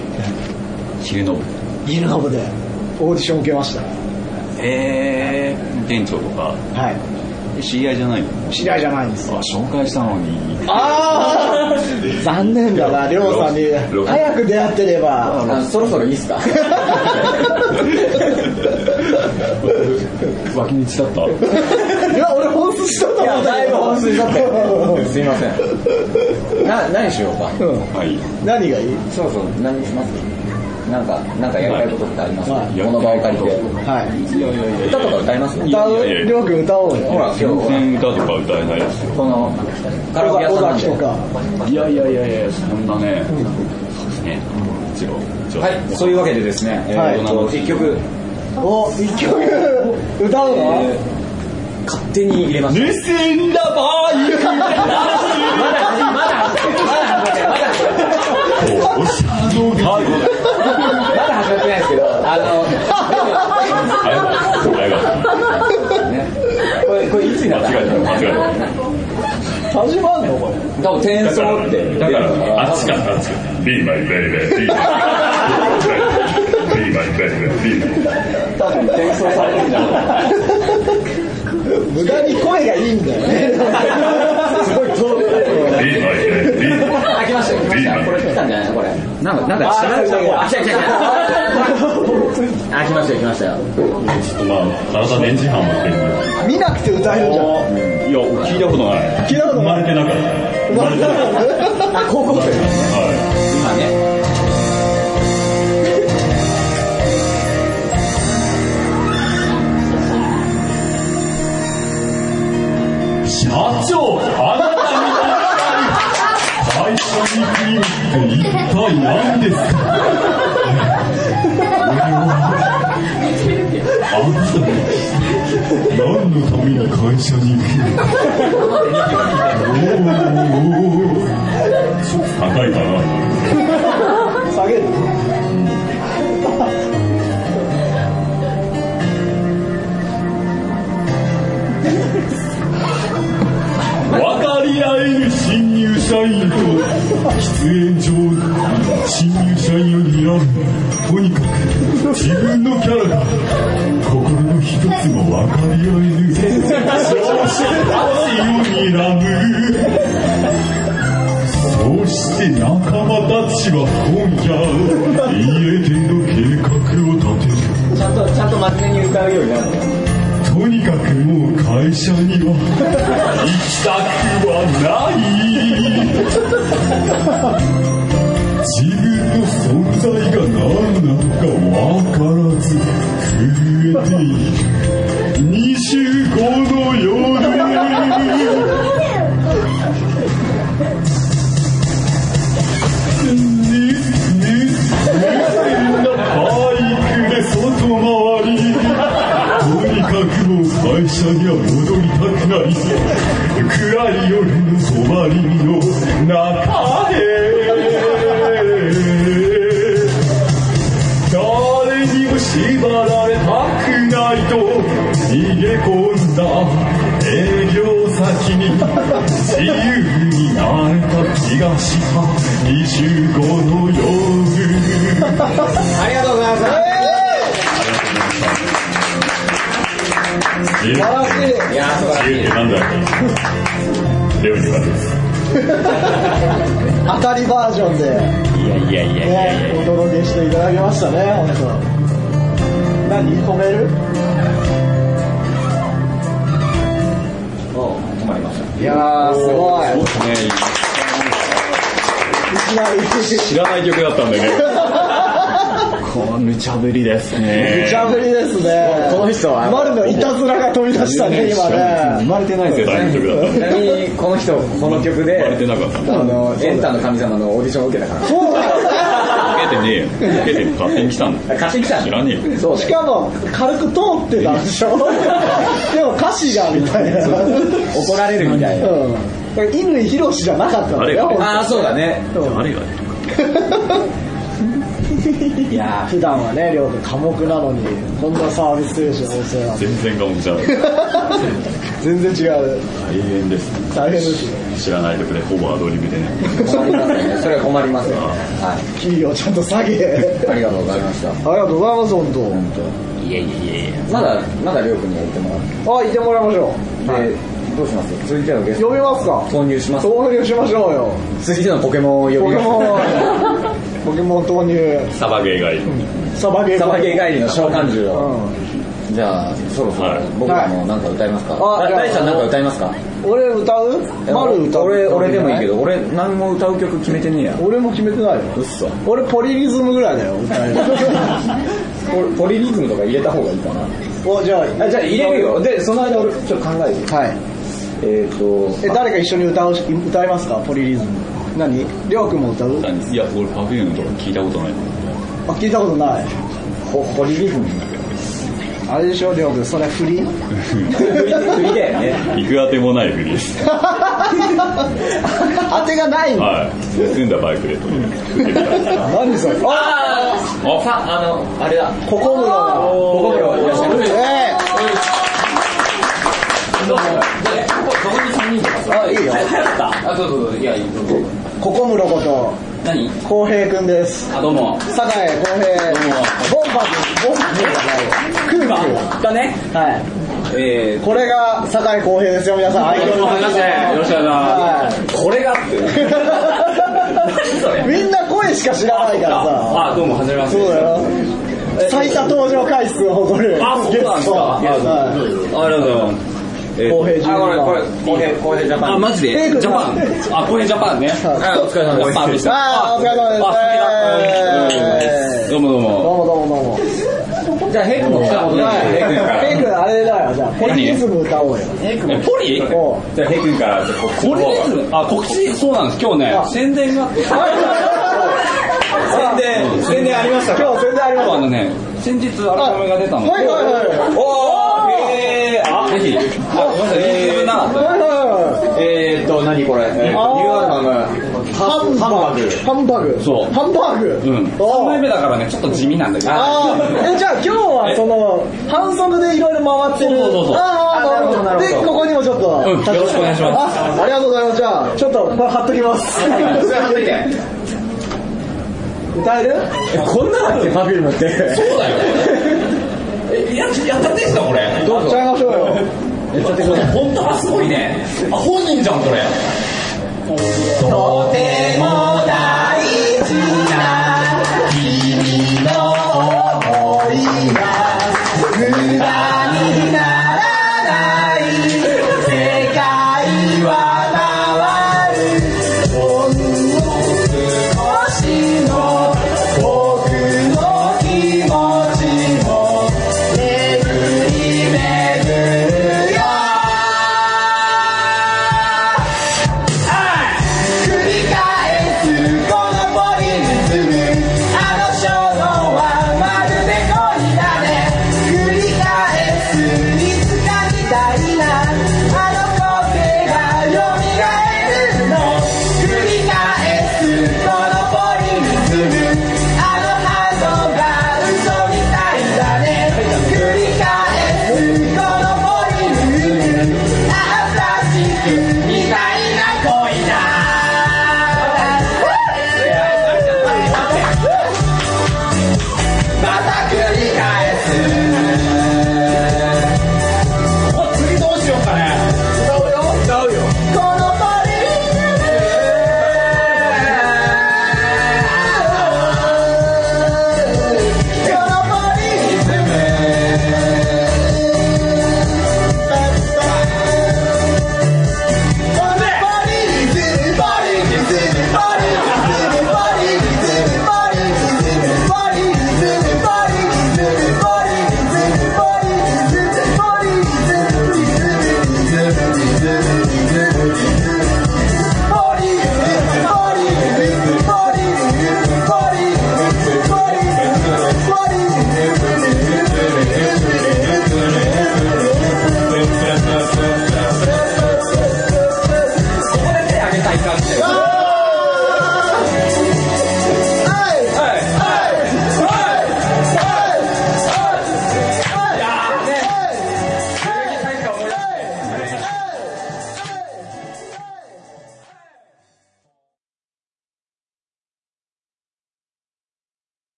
Speaker 3: 昼の部
Speaker 2: 家の部でオーディション受けました
Speaker 3: えー、店長とか
Speaker 2: はい
Speaker 3: 知り合いじゃないの
Speaker 2: 知り合いじゃないんです
Speaker 3: あ紹介したのに
Speaker 2: ああ 残念だなりょうさんに
Speaker 3: ロフ
Speaker 2: 早く出会ってれば
Speaker 1: あそろそろいいっすか
Speaker 3: 脇道だっ た
Speaker 2: いや俺本筋だと思ったけど
Speaker 1: だったよね すいません。な、何しようか。
Speaker 2: うん
Speaker 3: はい
Speaker 2: 何がいい
Speaker 1: そろそろ何しますなんか、なんかやりたいことってあります
Speaker 2: は
Speaker 1: こ
Speaker 2: い
Speaker 1: の場を借りて。
Speaker 2: はい
Speaker 1: 歌とか歌います
Speaker 2: 歌う
Speaker 3: いやいや
Speaker 2: りょうくん歌おう
Speaker 1: ほ
Speaker 2: よ
Speaker 1: ら、今
Speaker 3: 全
Speaker 1: 日、
Speaker 3: 然歌とか歌えないですよ
Speaker 1: この、カラオケ屋
Speaker 2: 小
Speaker 1: さん
Speaker 2: 崎とか
Speaker 3: いやいやいやいやそんなね、そうですね一応一応
Speaker 1: はい、そういうわけでですね、え
Speaker 2: はい
Speaker 1: ーと一曲、
Speaker 2: お一曲歌うの
Speaker 1: えー勝手に入れました。
Speaker 3: 盗んだバイク
Speaker 1: まだ、まだ、まだ、まだ、まだ始まっ
Speaker 3: おしゃのカード
Speaker 1: てないですけど、あの、
Speaker 3: あれだ
Speaker 1: これ、これいつになった
Speaker 3: 間違えた間違えた
Speaker 2: 始まんのこれ
Speaker 1: 多分転
Speaker 3: だか
Speaker 1: 送って、
Speaker 3: ら、だから、あっちか、あっちか。Be my baby, be my baby. Be my baby, be my baby.
Speaker 1: 多分転送されてるんじゃない
Speaker 2: 無駄に声がいいんだよね すごい遠く
Speaker 3: Be my baby, be my
Speaker 1: あ、来ましたよ、来ました。これ来たんじゃないのこれ。なんか、なんか、
Speaker 2: あ
Speaker 1: 違う、違う、あ、違う、違う、違う。あ、来ましたよ、来ましたよ。
Speaker 3: ちょっとまあ、体電磁波持ってる
Speaker 2: 見なくて歌えるじゃん
Speaker 3: いや、聞いたことない。
Speaker 2: 聞いたこと
Speaker 3: 生
Speaker 2: な
Speaker 3: ま
Speaker 2: い
Speaker 3: れてなかった。
Speaker 2: 生まれたの
Speaker 1: あ、高校生
Speaker 3: は
Speaker 1: 今ね。
Speaker 3: い。社長、あなたみたいな。最初に君って一体何ですか俺は、あんたが何のために会社に行くのちょっと高いかな。
Speaker 2: 下げる
Speaker 3: 分かり合える新入社員と喫煙所新入社員を睨むとにかく自分のキャラが心の一つも分かり合える勝者たちを睨むそうして仲間たちは今 夜家での計画を立てる
Speaker 1: ちゃんと、ちゃんと真面目に歌うようになるの
Speaker 3: とにかくもう会社には行きたくはない自分の存在が何なのか分からず震えている25の夜盗んだバイクで外回りとにかくもう会社には戻りたくない暗い夜の泊まりの中で誰にも縛られたくないと逃げ込んだ営業先に自由になれた気がした25の夜
Speaker 1: ありがとうございます。
Speaker 3: い自由
Speaker 2: 素晴らしい
Speaker 8: いやー素晴
Speaker 3: 自由ってなんだってレオに言われです
Speaker 2: 当たりバージョンで、
Speaker 3: いやいやいやいやい
Speaker 2: ね、お届けしていただきましたね本当何止める
Speaker 1: 止まりました
Speaker 2: いやーすごいいきなり
Speaker 3: 知らない曲だったんだけどこう無茶ぶりですね
Speaker 2: 無茶ぶりですね
Speaker 1: この人は
Speaker 2: 丸のいたずらが飛び出したね今
Speaker 1: 生
Speaker 2: ね
Speaker 1: まれてないですよ
Speaker 3: 大
Speaker 1: ね
Speaker 3: 丈夫だっ
Speaker 1: ちなみにこの人この曲
Speaker 3: た生まれて
Speaker 1: で
Speaker 3: なかった
Speaker 1: あのエンタの神様のオーディションを受けたから
Speaker 2: そう
Speaker 3: 受けてねえよ受けて勝手に来たんだ
Speaker 1: 勝手に来た
Speaker 3: 知らねえよ
Speaker 1: そう
Speaker 2: し
Speaker 1: ね
Speaker 2: かも軽く通ってたんでしょでも歌詞がみたいな
Speaker 1: 怒られるみたいな
Speaker 2: うん乾ひろしじゃなかったんだよ
Speaker 1: ああそうだね
Speaker 3: 誰がね
Speaker 1: いや
Speaker 2: 普段はね亮君寡黙なのにこんなサービス精神旺盛なんで
Speaker 3: 全然がもちゃう
Speaker 2: 全然違う
Speaker 3: 大変です
Speaker 2: 大変ですね
Speaker 3: 知らない曲でほぼアドリブでね
Speaker 1: ー困りますよねそれは困りますよねは
Speaker 2: 企業ちゃんと下げあり
Speaker 1: いありがとうございました
Speaker 2: がとうございます本当
Speaker 3: いやいやいやいや
Speaker 1: まだまだりょうくんには言ってもらって
Speaker 2: あ、いてもらいましょ
Speaker 1: でどうします続いてのゲ
Speaker 2: う。
Speaker 1: スト
Speaker 2: 呼びますか
Speaker 1: 投入します
Speaker 2: 投入しましょうよ。
Speaker 1: 続いてのポケモンを呼び
Speaker 2: ポケモ
Speaker 1: ま
Speaker 2: ン、ポケモン投入。
Speaker 3: サバゲーがいい
Speaker 2: サバゲー。
Speaker 1: すサバゲー帰りの召喚獣
Speaker 2: う
Speaker 1: を
Speaker 2: ん。
Speaker 1: じゃあそろそろ僕らもなんか歌いますか
Speaker 2: はいあ
Speaker 1: だ大ちゃんなんか歌いますか
Speaker 2: 俺歌う丸歌う
Speaker 1: 俺俺でもいいけ。ど俺何も歌う曲決めてねえや
Speaker 2: 俺も決めてないよ。
Speaker 1: うっそ
Speaker 2: 俺ポリリズムぐらいだよ、歌える。
Speaker 1: ポポリリズムとか入れた方がいいかな
Speaker 2: お、じゃあ、
Speaker 1: あじゃあ入れるよでその間俺ちょっと考えて
Speaker 2: はい。
Speaker 1: えっ、ー、
Speaker 2: え、
Speaker 1: と
Speaker 2: 誰か一緒に歌うし、歌いますかポリリズム。何りょうくんも歌う
Speaker 3: いや俺パフュームとか聞いたことない
Speaker 2: あ、聞いたことない。
Speaker 1: ポポリリズム
Speaker 2: あれでしょ、りょうくん、それ振 り
Speaker 1: 振り振りだよね
Speaker 3: 行く当てもないふりです
Speaker 2: 当てがないんだ。
Speaker 3: はい盗んだバイクでとりあえず振ってみた
Speaker 2: 何それ
Speaker 1: あ
Speaker 3: あ
Speaker 1: あさあのあれだ
Speaker 2: ここむろだ。
Speaker 1: ここからいらっしゃいます
Speaker 2: え
Speaker 1: どうぞここここに三人とかさ
Speaker 2: あいいよ
Speaker 1: 早かったあどうぞどうぞいやいいどうぞ
Speaker 2: ー、ここむろこと、
Speaker 1: 何
Speaker 2: 浩平くんです。
Speaker 1: あどうも
Speaker 2: 酒井浩平、ボンバーズ、ボンバーズじゃないよクーク。
Speaker 1: だね
Speaker 2: はい。
Speaker 1: えー
Speaker 2: これが酒井浩平ですよ、皆さん。愛嬌の話
Speaker 1: よろしくお願いしますこれがって
Speaker 2: はい。みんな声しか知らないからさ。
Speaker 1: あどうもはじめまして
Speaker 2: そうだよ。最多登場回数を誇る。
Speaker 1: あそうなんですか
Speaker 2: はい
Speaker 1: や
Speaker 2: は
Speaker 1: ありがとうございます
Speaker 2: 浩平
Speaker 1: あ、これ、これ、
Speaker 2: ジ
Speaker 1: 公平、公平ジャパン。あ、マジ
Speaker 2: ええ
Speaker 1: で
Speaker 2: これ
Speaker 1: ジャパン。あ、公平ジャパンね。はい、お疲れ様です。
Speaker 2: い。さあ、お疲れ様です。
Speaker 1: どうもどう
Speaker 2: ど
Speaker 1: も。
Speaker 2: うもどうもどうも。
Speaker 1: じゃあ、ヘイクも来たことない
Speaker 2: はい。ペイ君、あれだよ、じゃあ、ポリリズム歌お うよ。
Speaker 8: えポリ
Speaker 2: おう
Speaker 1: じゃあ、ヘイ君から、告知
Speaker 8: ポリリズムあ、告知、そうなんです。今日ね、宣伝があって。宣伝、宣伝ありましたか
Speaker 2: 今日宣伝ありました
Speaker 8: 今日あのね、先日アルバムが出たの。
Speaker 2: はいはいはい。
Speaker 8: おーへーあ、ぜひ。あ、ごめんなさい、リズムな。
Speaker 2: はいはいはい。
Speaker 1: えーっと、何これ。えーニュー
Speaker 2: あ
Speaker 1: ア
Speaker 2: ー
Speaker 1: ルバム。
Speaker 2: ハンバーグ。ハンバーグ。
Speaker 8: そう
Speaker 2: ハンバーグ。
Speaker 8: うん。3枚目
Speaker 2: だ。
Speaker 8: だからね、ちょっと地味なんだけど。
Speaker 2: ああ。え、じゃあ今日はその、反則でいろいろ回ってる。
Speaker 8: そうそうそう
Speaker 2: ああ、なるほど、
Speaker 1: あ
Speaker 2: な
Speaker 1: な
Speaker 2: る
Speaker 1: る
Speaker 2: ほ
Speaker 1: ほど
Speaker 2: ど。で、ここにもちょっと。。
Speaker 8: うんよろしくお願いします
Speaker 2: あありがとうございます。じゃあ、ちょっと、これ貼っときます。 歌える
Speaker 1: こんなだっけ、パフュームって。そうだよ。
Speaker 8: え、や、やったってんすか、これ。
Speaker 2: どっちゃいましょうよ。
Speaker 8: 本当はすごいね。あ、本人じゃん、これ。
Speaker 1: とても